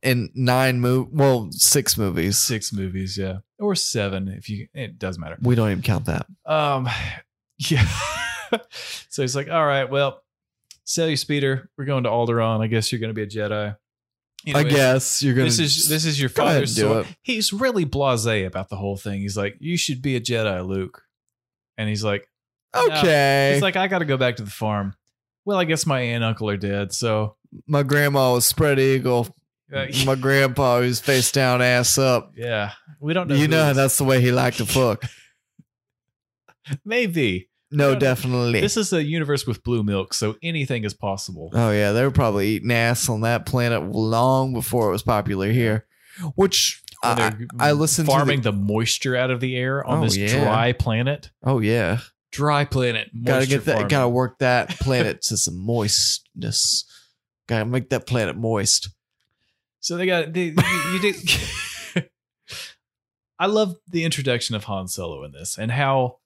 in nine mov well, six movies. Six movies, yeah, or seven if you. It doesn't matter. We don't even count that. Um, yeah. so he's like, "All right, well, sell your speeder. We're going to Alderaan. I guess you're going to be a Jedi." I Anyways, guess you're gonna. This is this is your Go ahead father's and do sword. He's really blasé about the whole thing. He's like, "You should be a Jedi, Luke," and he's like, okay. He's like, I got to go back to the farm. Well, I guess my aunt and uncle are dead, so My grandma was spread eagle. uh, My grandpa he was face down, ass up. yeah, we don't know. You who know it how is. that's the way he liked to fuck. maybe No, Yeah. definitely. this is a universe with blue milk, so anything is possible. Oh yeah, they were probably eating ass on that planet long before it was popular here. Which When Uh, I, they're I listened to farming the, moisture out of the air on Oh, this yeah. dry planet. oh yeah, Dry planet. gotta moisture get that, farming. gotta work that planet to some moistness. Gotta make that planet moist. So they got they, you, you did. I love the introduction of Han Solo in this and how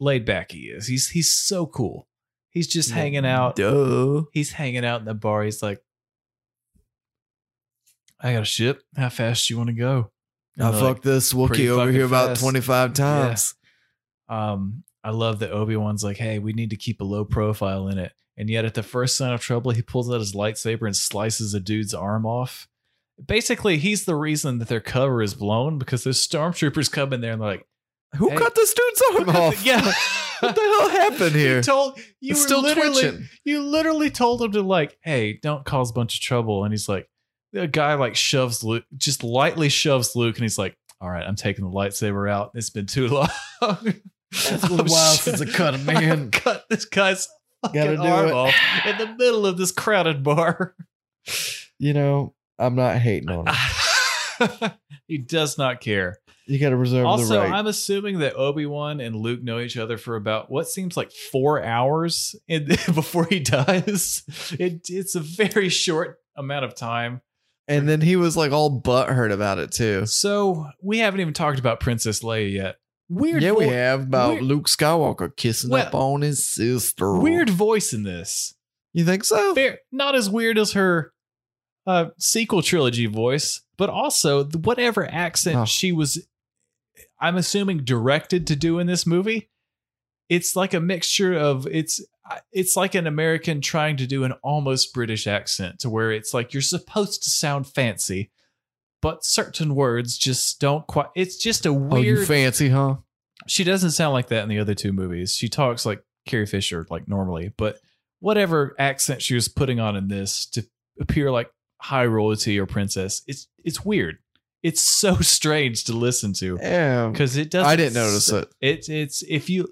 laid back he is. He's he's so cool. He's just hanging out. Duh. He's hanging out in the bar. He's like, "I got a ship. How fast you want to go?" And I they're fucked this Wookiee pretty over fucking here about fast. twenty five times. like, um, I love that Obi Wan's like, "Hey, we need to keep a low profile in it." And yet, at the first sign of trouble, he pulls out his lightsaber and slices a dude's arm off. Basically, he's the reason that their cover is blown because those stormtroopers come in there and they're like, Who Hey. cut this dude's arm off? "Yeah, What the hell happened here? You told you it's were still literally twitching. you literally told him to like, hey, don't cause a bunch of trouble. And he's like, the guy like shoves Luke, just lightly shoves Luke, and he's like, all right, I'm taking the lightsaber out. It's been too long. It's been a Oh, while since I cut a man. cut this guy's Gotta fucking do arm it. off in the middle of this crowded bar. You know, I'm not hating on him. he does not care. You gotta reserve Also, the right. I'm assuming that Obi Wan and Luke know each other for about what seems like four hours in, before he dies. It, it's a very short amount of time. and then he was like all butthurt about it too. So we haven't even talked about Princess Leia yet. Weird, yeah, we vo- have about weird- Luke Skywalker kissing Well, up on his sister. weird voice in this. You think so? Fair, not as weird as her uh, sequel trilogy voice, but also th- whatever accent Oh. she was. I'm assuming directed to do in this movie. It's like a mixture of it's I- it's like an American trying to do an almost British accent to where it's like you're supposed to sound fancy, but certain words just don't quite. It's just a Oh, you weird. fancy, huh? she doesn't sound like that in the other two movies. She talks like Carrie Fisher, like normally, but whatever accent she was putting on in this to appear like high royalty or princess, it's it's weird. It's so strange to listen to Yeah. because it doesn't. I didn't notice it. It's it's if you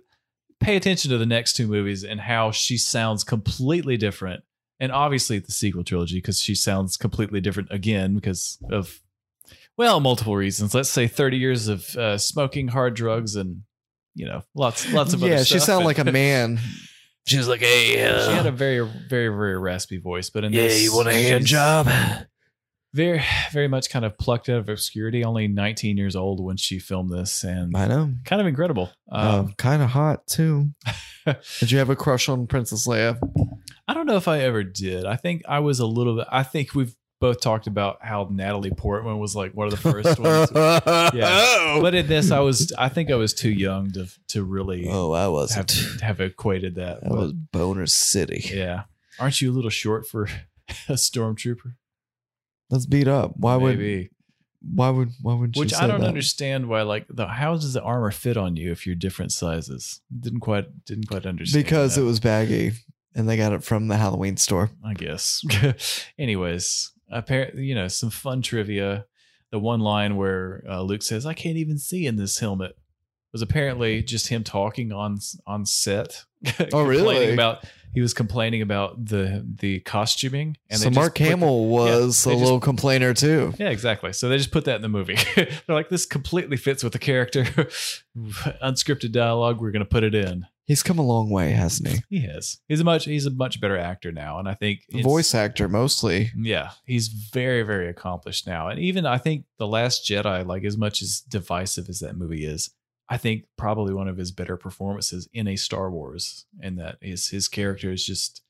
pay attention to the next two movies and how she sounds completely different, and obviously the sequel trilogy because she sounds completely different again because of well multiple reasons. Let's say thirty years of uh, smoking hard drugs and you know lots lots of yeah, other she stuff. sounded like a And man. She was like, hey, uh, She had a very very very raspy voice, but in yeah, this, you want a hand she's job? Very very much kind of plucked out of obscurity. Only nineteen years old when she filmed this, and I know. kind of incredible. Um, Um, kind of hot too. Did you have a crush on Princess Leia? I don't know if I ever did. I think I was a little bit. I think we've both talked about how Natalie Portman was like one of the first ones. Oh. But in this, I was. I think I was too young to to really oh, I have wasn't. have equated that. That But, was Boner City. yeah. Aren't you a little short for a stormtrooper? Let's beat up. Why would? Maybe. Why would? Why would? she Which I say don't that? understand why. Like, the how does the armor fit on you if you're different sizes? Didn't quite didn't quite understand. Because that. it was baggy, and they got it from the Halloween store. I guess. Anyways, apparently, you know, some fun trivia. The one line where uh, Luke says, "I can't even see in this helmet," was apparently just him talking on on set. Complaining Oh, really? About he was complaining about the the costuming. so they just Mark put the- Hamill was they a just- little complainer too. yeah, exactly. So they just put that in the movie. They're like, "This completely fits with the character." Unscripted dialogue. We're gonna put it in. He's come a long way, hasn't he? He is. He's a much. He's a much better actor now, and I think it's- Voice actor mostly. Yeah, he's very, very accomplished now. And even I think The Last Jedi, like as much as divisive as that movie is, I think probably one of his better performances in a Star Wars. And that his his character is just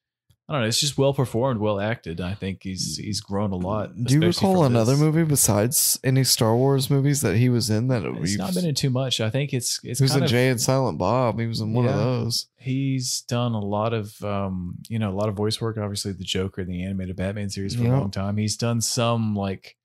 I don't know, it's just well performed, well acted. I think he's he's grown a lot. Mm, Do you especially recall from another this. movie besides any Star Wars movies that he was in that He's we've- not been in too much. I think it's it's he was in kind of, Jay and Silent Bob? He was in one of Yeah. those. he's done a lot of um you know a lot of voice work obviously the joker in the animated batman series for Yeah. a long time he's done some like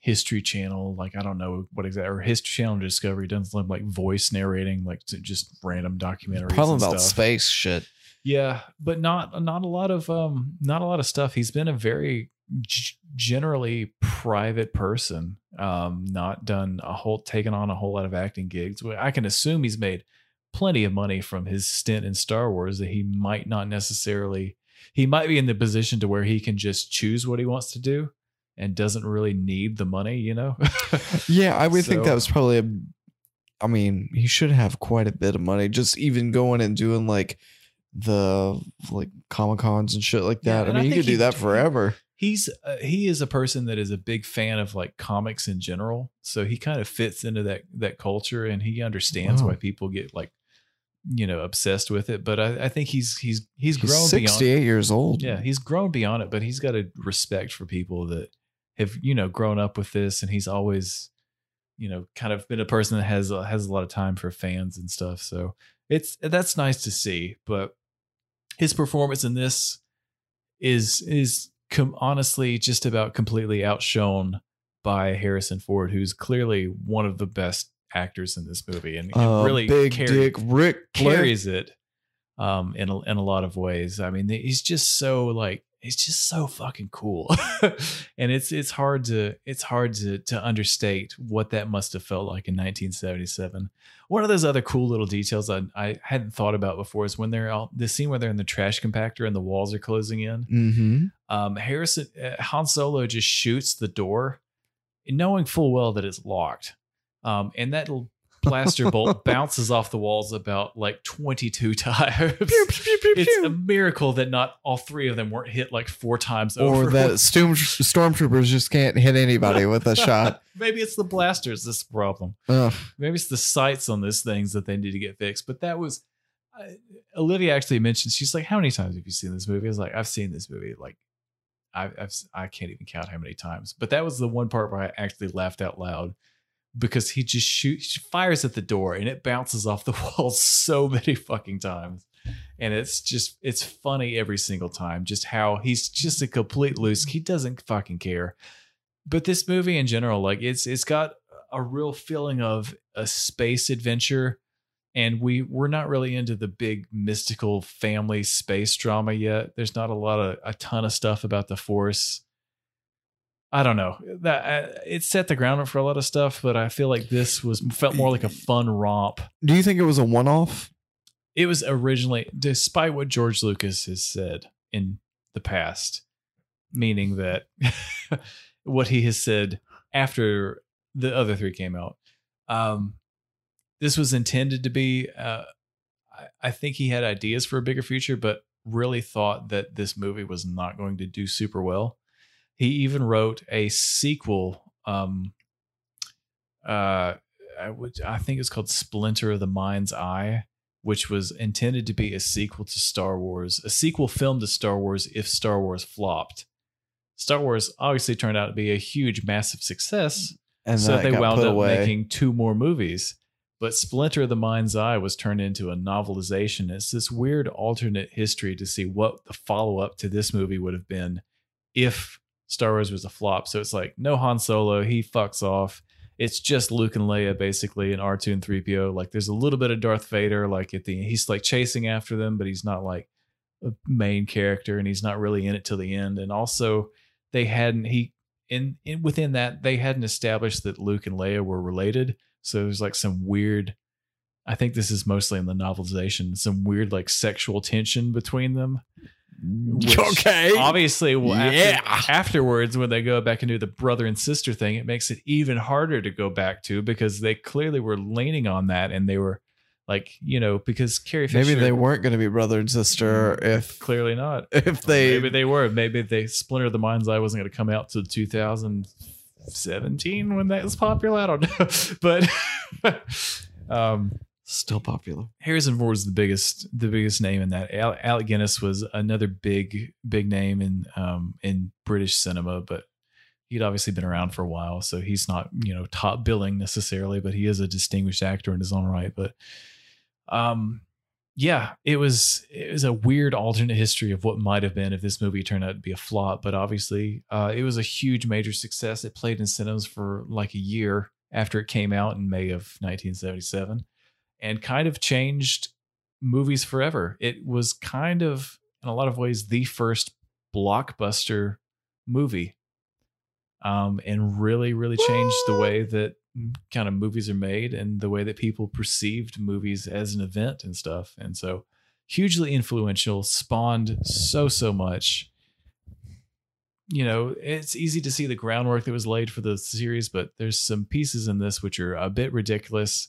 history channel like i don't know what exactly or history channel or discovery done some like voice narrating like to just random documentaries Problem and about stuff. space shit. Yeah, but not not a lot of um not a lot of stuff. He's been a very g- generally private person. Um not done a whole taken on a whole lot of acting gigs. Well, I can assume he's made plenty of money from his stint in Star Wars that he might not necessarily he might be in the position to where he can just choose what he wants to do and doesn't really need the money, you know. Yeah, I would think So- that was probably a. I mean, he should have quite a bit of money just even going and doing like the like comic cons and shit like Yeah, that. and I I mean, you think could do he- that forever. he's uh, he is a person that is a big fan of like comics in general so he kind of fits into that that culture and he understands Wow. why people get like you know obsessed with it but i, I think he's he's he's He's grown beyond 68 years old. yeah he's grown beyond it but he's got a respect for people that have you know grown up with this and he's always you know kind of been a person that has uh, has a lot of time for fans and stuff so it's that's nice to see but his performance in this is is com- honestly just about completely outshone by Harrison Ford who's clearly one of the best actors in this movie and, and Uh, really big carried- dick Rick Flair. carries it um in a, in a lot of ways i mean he's just so like he's just so fucking cool and it's it's hard to it's hard to to understate what that must have felt like in 1977 one of those other cool little details i, I hadn't thought about before is when they're all the scene where they're in the trash compactor and the walls are closing in Mm-hmm. um, Harrison uh, Han Solo just shoots the door, knowing full well that it's locked, um, and that little plaster bolt bounces off the walls about like twenty-two times. it's a miracle that not all three of them weren't hit like four times Or over. that storm, stormtroopers just can't hit anybody with a shot. Maybe it's the blasters that's the problem. Ugh. maybe it's the sights on those things that they need to get fixed. But that was I Olivia actually mentioned she's like, "How many times have you seen this movie?" I was like, "I've seen this movie like I've, I've I can't even count how many times." But that was the one part where I actually laughed out loud because he just shoots she fires at the door and it bounces off the wall so many fucking times. And it's just it's funny every single time just how he's just a complete loose. He doesn't fucking care. But this movie in general like it's it's got a real feeling of a space adventure and we we're not really into the big mystical family space drama yet there's not a lot of a ton of stuff about the force i don't know that uh, it set the groundwork for a lot of stuff but i feel like this was felt more like a fun romp Do you think it was a one off? it was originally despite what george lucas has said in the past meaning that what he has said after the other three came out um this was intended to be uh I, I think he had ideas for a bigger future but really thought that this movie was not going to do super well he even wrote a sequel um uh i would i think it's called splinter of the mind's eye which was intended to be a sequel to Star Wars, a sequel film to Star Wars if Star Wars flopped. Star Wars obviously turned out to be a huge, massive success, And so that they got wound put up away. making two more movies. But Splinter of the Mind's Eye was turned into a novelization. It's this weird alternate history to see what the follow up to this movie would have been if Star Wars was a flop. So it's like no Han Solo, he fucks off. It's just Luke and Leia basically, and R2 and 3PO. Like there's a little bit of Darth Vader, like at the he's like chasing after them, but he's not like a main character, and he's not really in it till the end. And also, they hadn't he in, in within that they hadn't established that Luke and Leia were related. So there's like some weird. I think this is mostly in the novelization, some weird like sexual tension between them which okay. obviously well, after- Yeah. afterwards when they go back and do the brother and sister thing it makes it even harder to go back to because they clearly were leaning on that and they were like you know because carrie Maybe fisher they weren't going to be brother and sister if clearly not if they Mm, maybe they were maybe they splinter of the mind's eye wasn't going to come out till 2017 when that was popular i don't know but um still popular. Harrison Ford's the biggest the biggest name in that. Al- Alec Guinness was another big big name in um in British cinema, but he'd obviously been around for a while, so he's not you know top billing necessarily, but he is a distinguished actor in his own right. But um, yeah, it was it was a weird alternate history of what might have been if this movie turned out to be a flop. But obviously, uh, it was a huge major success. It played in cinemas for like a year after it came out in May of 1977 and kind of changed movies forever. It was kind of, in a lot of ways, the first blockbuster movie, um, and really, really changed the way that kind of movies are made and the way that people perceived movies as an event and stuff. And so, hugely influential, spawned so so much. You know, it's easy to see the groundwork that was laid for the series, but there's some pieces in this which are a bit ridiculous.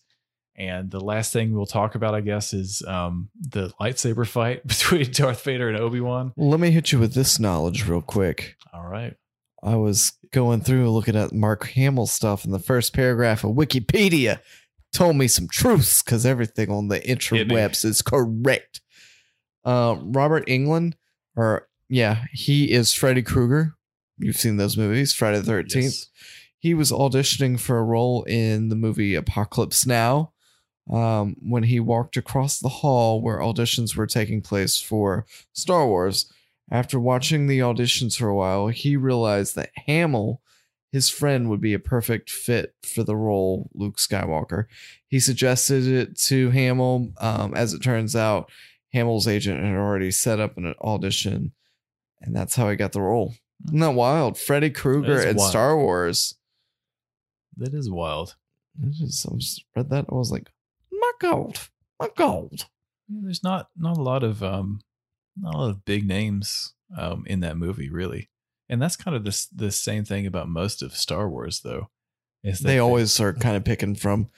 And the last thing we'll talk about, I guess, is um, the lightsaber fight between Darth Vader and Obi Wan. Let me hit you with this knowledge real quick. All right. I was going through looking at Mark Hamill stuff, and the first paragraph of Wikipedia told me some truths because everything on the interwebs is correct. Uh, Robert England, or yeah, he is Freddy Krueger. You've seen those movies, Friday the 13th. Yes. He was auditioning for a role in the movie Apocalypse Now um, when he walked across the hall where auditions were taking place for Star Wars. After watching the auditions for a while, he realized that Hamill, his friend, would be a perfect fit for the role Luke Skywalker. He suggested it to Hamill. Um, as it turns out, Hamill's agent had already set up an audition, and that's how he got the role. Isn't that wild? Freddy Krueger is and wild. Star Wars. That is wild. I just, I just read that. I was like, my God, my God. Yeah, There's not not a lot of um, not a lot of big names um, in that movie, really. And that's kind of the s- the same thing about most of Star Wars, though. Is that They always are kind of picking from.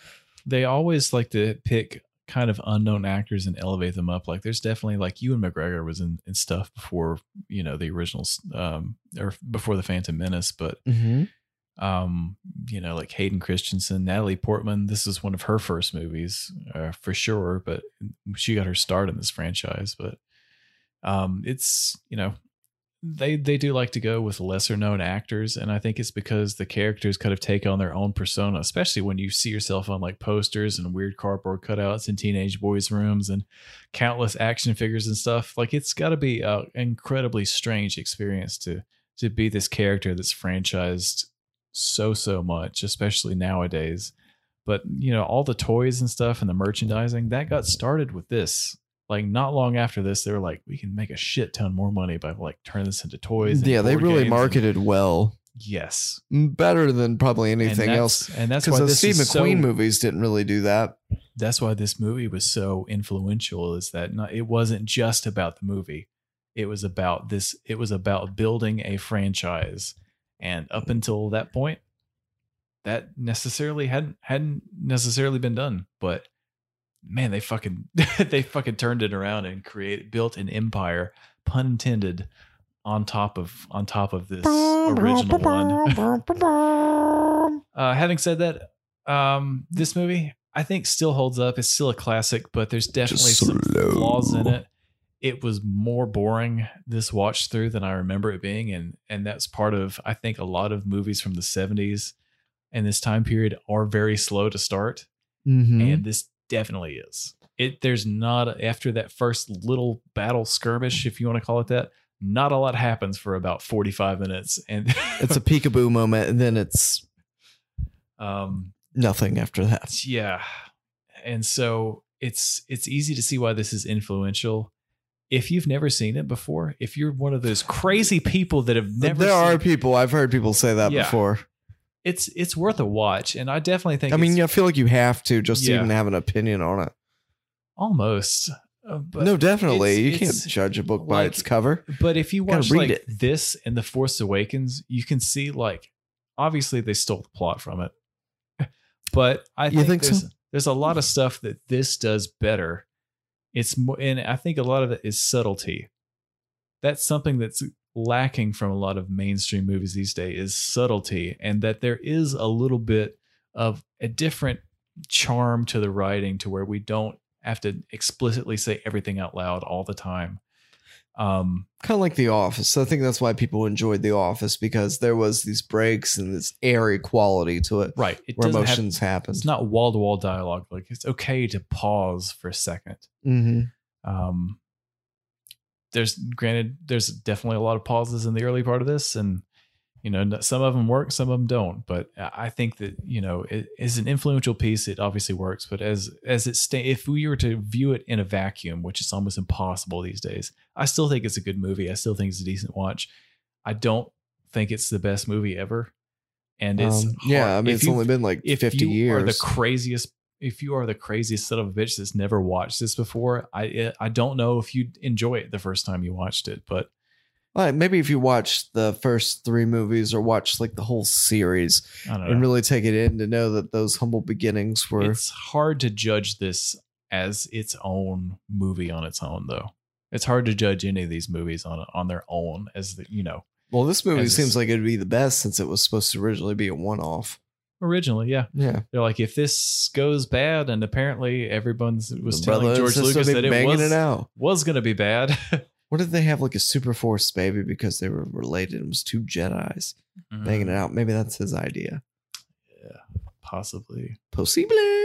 they always like to pick kind of unknown actors and elevate them up. Like there's definitely like Ewan McGregor was in, in stuff before you know the original s- um, or before the Phantom Menace, but um, you know, like Hayden Christensen, Natalie Portman. This is one of her first movies, uh, for sure. But she got her start in this franchise. But um, it's you know, they they do like to go with lesser known actors, and I think it's because the characters kind of take on their own persona, especially when you see yourself on like posters and weird cardboard cutouts in teenage boys' rooms and countless action figures and stuff. Like it's got to be an incredibly strange experience to to be this character that's franchised so so much, especially nowadays. But you know, all the toys and stuff and the merchandising that got started with this. Like not long after this, they were like, we can make a shit ton more money by like turning this into toys. and Yeah, they board really games." marketed well. And- yes, Better than probably And anything that's- else. And that's Because why the this Steve is so- McQueen movies didn't really do that. that's why this movie was so influential is that not, it wasn't just about the movie it was about this it was about building a franchise and up until that point that necessarily hadn't hadn't necessarily been done but man they fucking they fucking turned it around and created built an empire pun intended on top of on top of this original one uh, having said that, um, this movie I think still holds up. It's still a classic, but there's definitely some slow. flaws in it. It was more boring this watch through than I remember it being, and and that's part of I think a lot of movies from the '70s and this time period are very slow to start, Mhm. and this definitely is. It there's not after that first little battle skirmish, if you want to call it that. Not a lot happens for about 45 minutes, and It's a peekaboo moment, and then it's um, nothing after that. yeah and so it's it's easy to see why this is influential if you've never seen it before if you're one of those crazy people that have never there are seen, people I've heard people say that Yeah. before. it's it's worth a watch and i definitely think I mean, it's I feel like you have to just to Yeah. even have an opinion on it. almost Uh, but, no, definitely, it's- you it's can't judge a book by like- its cover. but if you Gotta watch read like it. this and the force awakens you can see like obviously they stole the plot from it but i You think, think there's, so? there's a lot of stuff that this does better it's more and i think a lot of it is subtlety that's something that's lacking from a lot of mainstream movies these days is subtlety and that there is a little bit of a different charm to the writing to where we don't have to explicitly say everything out loud all the time um Kind of like The Office. I think that's why people enjoyed The Office because there was these breaks and this airy quality to it, right it where doesn't have- emotions happen. it's not wall to wall dialogue. Like it's okay to pause for a second. hmm Um, there's granted, there's definitely a lot of pauses in the early part of this, and you know n- some of them work some of them don't but i I think that you know it is an influential piece it obviously works but as as it sta- if we were to view it in a vacuum which is almost impossible these days i still think it's a good movie i still think it's a decent watch i don't think it's the best movie ever and it's Um, yeah, hard- I mean, if it's you- only been like if 50 you years. are the craziest if you are the craziest son of a bitch that's never watched this before i i don't know if you'd enjoy it the first time you watched it but Like, maybe if you watch the first three movies or watch like the whole series i don't know and really take it in to know that those humble beginnings were. It's hard to judge this as its own movie on its own, though. It's hard to judge any of these movies on on their own, as the, you know well, this movie as- seems like it'd be the best since it was supposed to originally be a one off. originally. Yeah, Yeah. they're like, if this goes bad, and apparently everyone was The brother telling and George sister Lucas be that it banging was it out. was gonna be bad. What did they have like a super force baby because they were related? It was two Jedi's banging Mm, Mm-hmm. it out. Maybe that's his idea. Possibly, Possibly.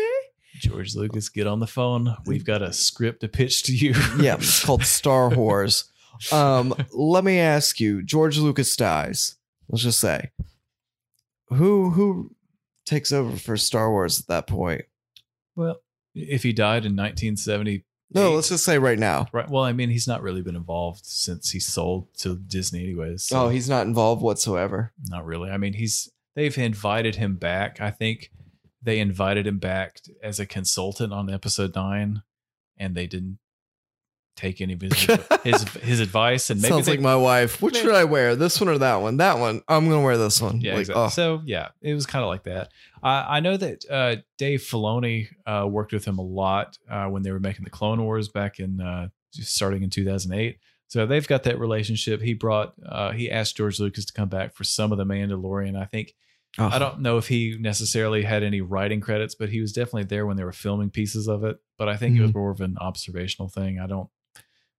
George Lucas, get on the phone. We've got a script to pitch to you. Yeah, it's called Star Wars. Um, let me ask you, George Lucas dies. Let's just say, who who takes over for Star Wars at that point? well, if he died in 1970, No, let's just say right now. right? Well, I mean, he's not really been involved since he sold to Disney, anyways. so- Oh, he's not involved whatsoever. not really. I mean, he's they've invited him back. I think they invited him back as a consultant on episode nine, and they didn't take any of his his, his advice. And maybe Sounds they, like my wife. Which should I wear? This one or that one? That one. I'm gonna wear this one. yeah, Like, exactly. oh. So yeah, it was kind of like that. I I know that uh, Dave Filoni uh, worked with him a lot uh, when they were making the Clone Wars back in uh, just starting in 2008. So they've got that relationship. He brought uh, he asked George Lucas to come back for some of the Mandalorian. I think Oh. I don't know if he necessarily had any writing credits, but he was definitely there when they were filming pieces of it. But I think it was more of an observational thing. I don't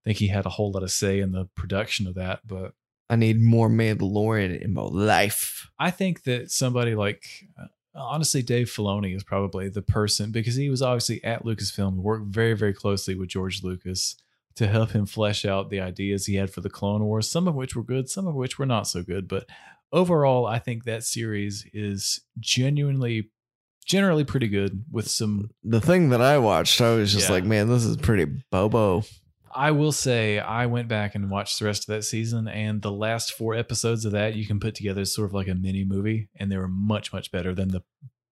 think he had a whole lot of say in the production of that. But I need more Mandalorian in my life. I think that somebody like, uh, honestly, Dave Filoni is probably the person because he was obviously at Lucasfilm, worked very, very closely with George Lucas to help him flesh out the ideas he had for the Clone Wars, some of which were good, some of which were not so good. But overall, I think that series is genuinely, generally pretty good with some The thing that I watched, I was just Yeah. like, man, this is pretty bobo. I will say I went back and watched the rest of that season, and the last four episodes of that you can put together as sort of like a mini movie, and they were much much better than the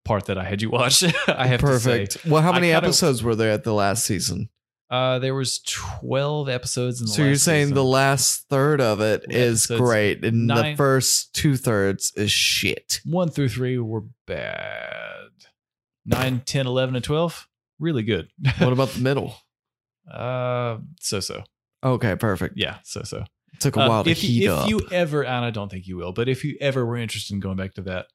part that I had you watch. I have Perfect. to say, Well, how I many kinda- episodes were there at the last season? uh, there was twelve episodes. In the So you're last saying season. the last third of it Yeah, is so it's great, and the nine- first two thirds is shit. one through three were bad. Nine, 10, 11, and twelve really good. What about the middle? uh, so so Okay, perfect. yeah, so so. took a Um, while to if, you- heat if up. you ever, and I don't think you will, but if you ever were interested in going back to that,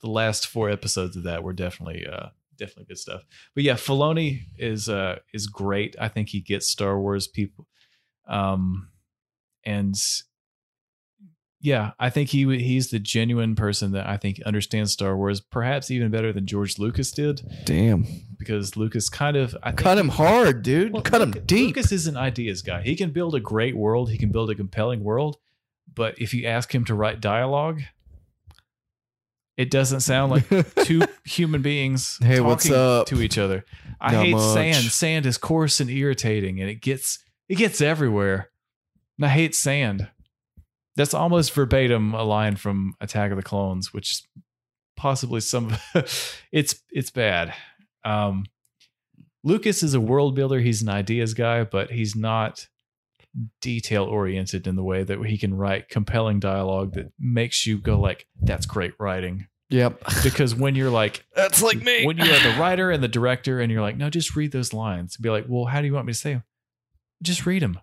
the last four episodes of that were definitely, uh, definitely good stuff. But yeah, Filoni is uh, is great. I think he gets Star Wars people, um, and yeah, I think he he's the genuine person that I think understands Star Wars, perhaps even better than George Lucas did, Damn, because Lucas kind of I think cut him hard, dude. well, cut him Lucas- deep. Lucas is an ideas guy. He can build a great world. He can build a compelling world. But if you ask him to write dialogue, it doesn't sound like two human beings Hey, talking what's up? to each other. I Not hate much. sand. Sand is coarse and irritating, and it gets it gets everywhere. And I hate sand. That's almost verbatim a line from Attack of the Clones, which is possibly some. it's it's bad. Um, Lucas is a world builder. He's an ideas guy, but he's not detail oriented in the way that he can write compelling dialogue that makes you go like, "That's great writing." Yep, Because when you're like, that's like me. when you're the writer and the director, and you're like, "No, just read those lines," and be like, "Well, how do you want me to say them?" Just read them.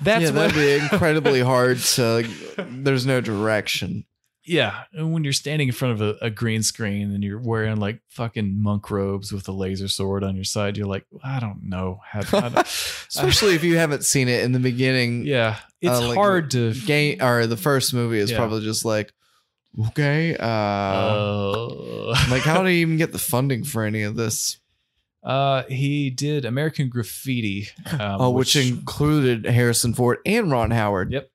That's yeah, what. that'd be incredibly hard to. There's no direction. Yeah, and when you're standing in front of a, a green screen and you're wearing like fucking monk robes with a laser sword on your side, you're like, I don't know how. I don't, Especially if you haven't seen it in the beginning. yeah, it's Uh, like hard to. Game or the first movie is Yeah. probably just like, okay, uh, Uh, like how do you even get the funding for any of this? uh, he did American Graffiti, um, Uh, oh, which, included Harrison Ford and Ron Howard. Yep.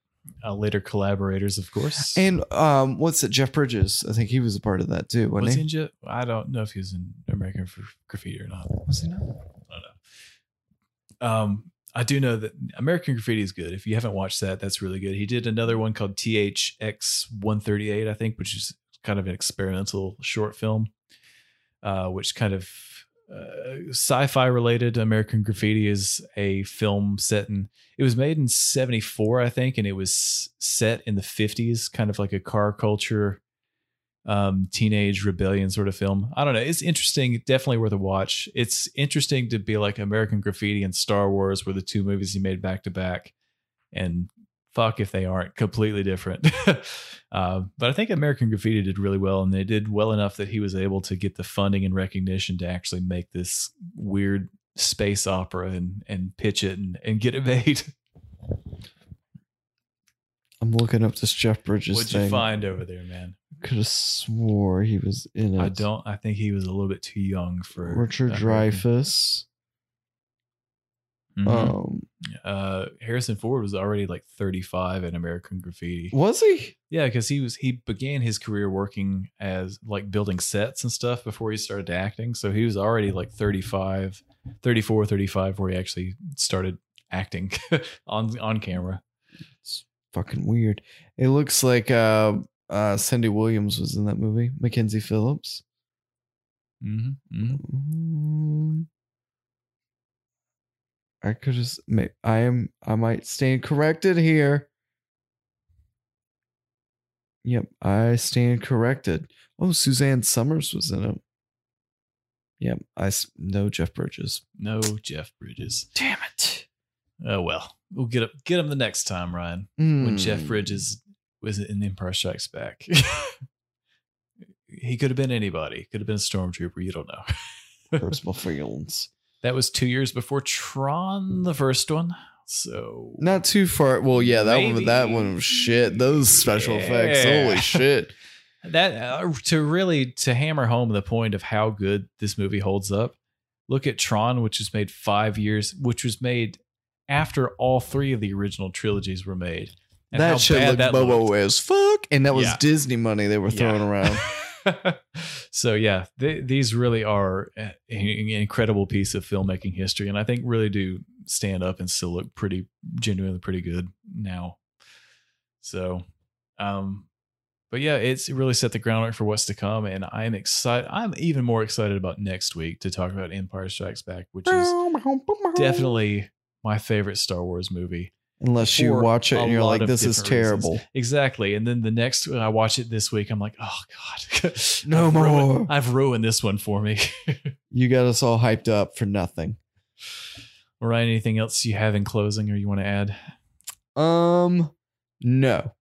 uh, later collaborators, of course. And um, what's it? Jeff Bridges. I think he was a part of that too, wasn't was he? he in Jet? I don't know if he was in American for Graffiti or not. was he not? I don't know. Um, I do know that American Graffiti is good. If you haven't watched that, that's really good. He did another one called THX 138, I think, which is kind of an experimental short film, uh, which kind of uh, sci-fi related. American Graffiti is a film set in. It was made in '74, I think, and it was set in the '50s, kind of like a car culture, um, teenage rebellion sort of film. I don't know. It's interesting. Definitely worth a watch. It's interesting to be like American Graffiti and Star Wars were the two movies he made back to back, and fuck if they aren't completely different. uh, but I think American Graffiti did really well, and they did well enough that he was able to get the funding and recognition to actually make this weird space opera and and pitch it and, and get it made. I'm looking up this Jeff Bridges What'd thing. you find over there, man? Could have swore he was in it. I don't. I think he was a little bit too young for Richard American- Dreyfus. Mhm. Um, uh, Harrison Ford was already like 35 in American Graffiti. was he? Yeah, because he was he began his career working as like building sets and stuff before he started acting. So he was already like 35, 34, 35 where he actually started acting on on camera. Fucking weird. It looks like uh, uh, Cindy Williams was in that movie. Mackenzie Phillips. hmm Mm. I could just. may- I am. I might stand corrected here. Yep, I stand corrected. Oh, Suzanne Summers was in it. Yep, I s- know Jeff Bridges. No Jeff Bridges. Damn it! Oh well, we'll get up get him the next time, Ryan. Hmm. when Jeff Bridges was in The Empire Strikes Back. he could have been anybody. Could have been a stormtrooper. You don't know. personal feelings. That was two years before Tron, the first one. So Not too far. Well, yeah, that one. That Maybe. one was shit. Those special effects. Yeah. Holy shit! that uh, to really to hammer home the point of how good this movie holds up. Look at Tron, which was made five years, which was made after all three of the original trilogies were made. and how that shit bad looked that bobo looked. as fuck, and that was Yeah. Disney money they were throwing Yeah. around. so yeah, th- these really are a- an incredible piece of filmmaking history, and I think really do stand up and still look pretty genuinely pretty good now. So, um, but yeah, it's really set the groundwork for what's to come, and I'm excited. I'm even more excited about next week to talk about Empire Strikes Back, which is definitely my favorite Star Wars movie. Unless you for watch it a and you're lot like, of this is different reasons. terrible. Exactly. And then the next when I watch it this week, I'm like, oh God. No I've more. Ruined, I've ruined this one for me. You got us all hyped up for nothing. Ryan, anything else you have in closing or you want to add? Um, no.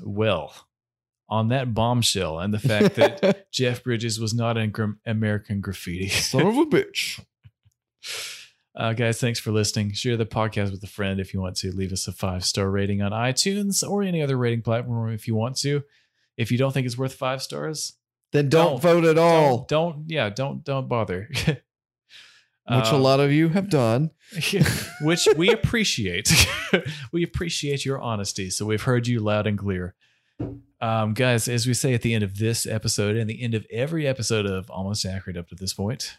Well, on that bombshell and the fact that Jeff Bridges was not in Gr- American graffiti. Son of a bitch. Uh, guys, thanks for listening. Share the podcast with a friend if you want to. Leave us a five star rating on iTunes or any other rating platform if you want to. If you don't think it's worth five stars, Then don't, Don't. vote at all, Don't, don't yeah, don't don't bother. which a Um, lot of you have done. which we appreciate. we appreciate your honesty. So we've heard you loud and clear. Um, guys, as we say at the end of this episode and the end of every episode of Almost Accurate up to this point.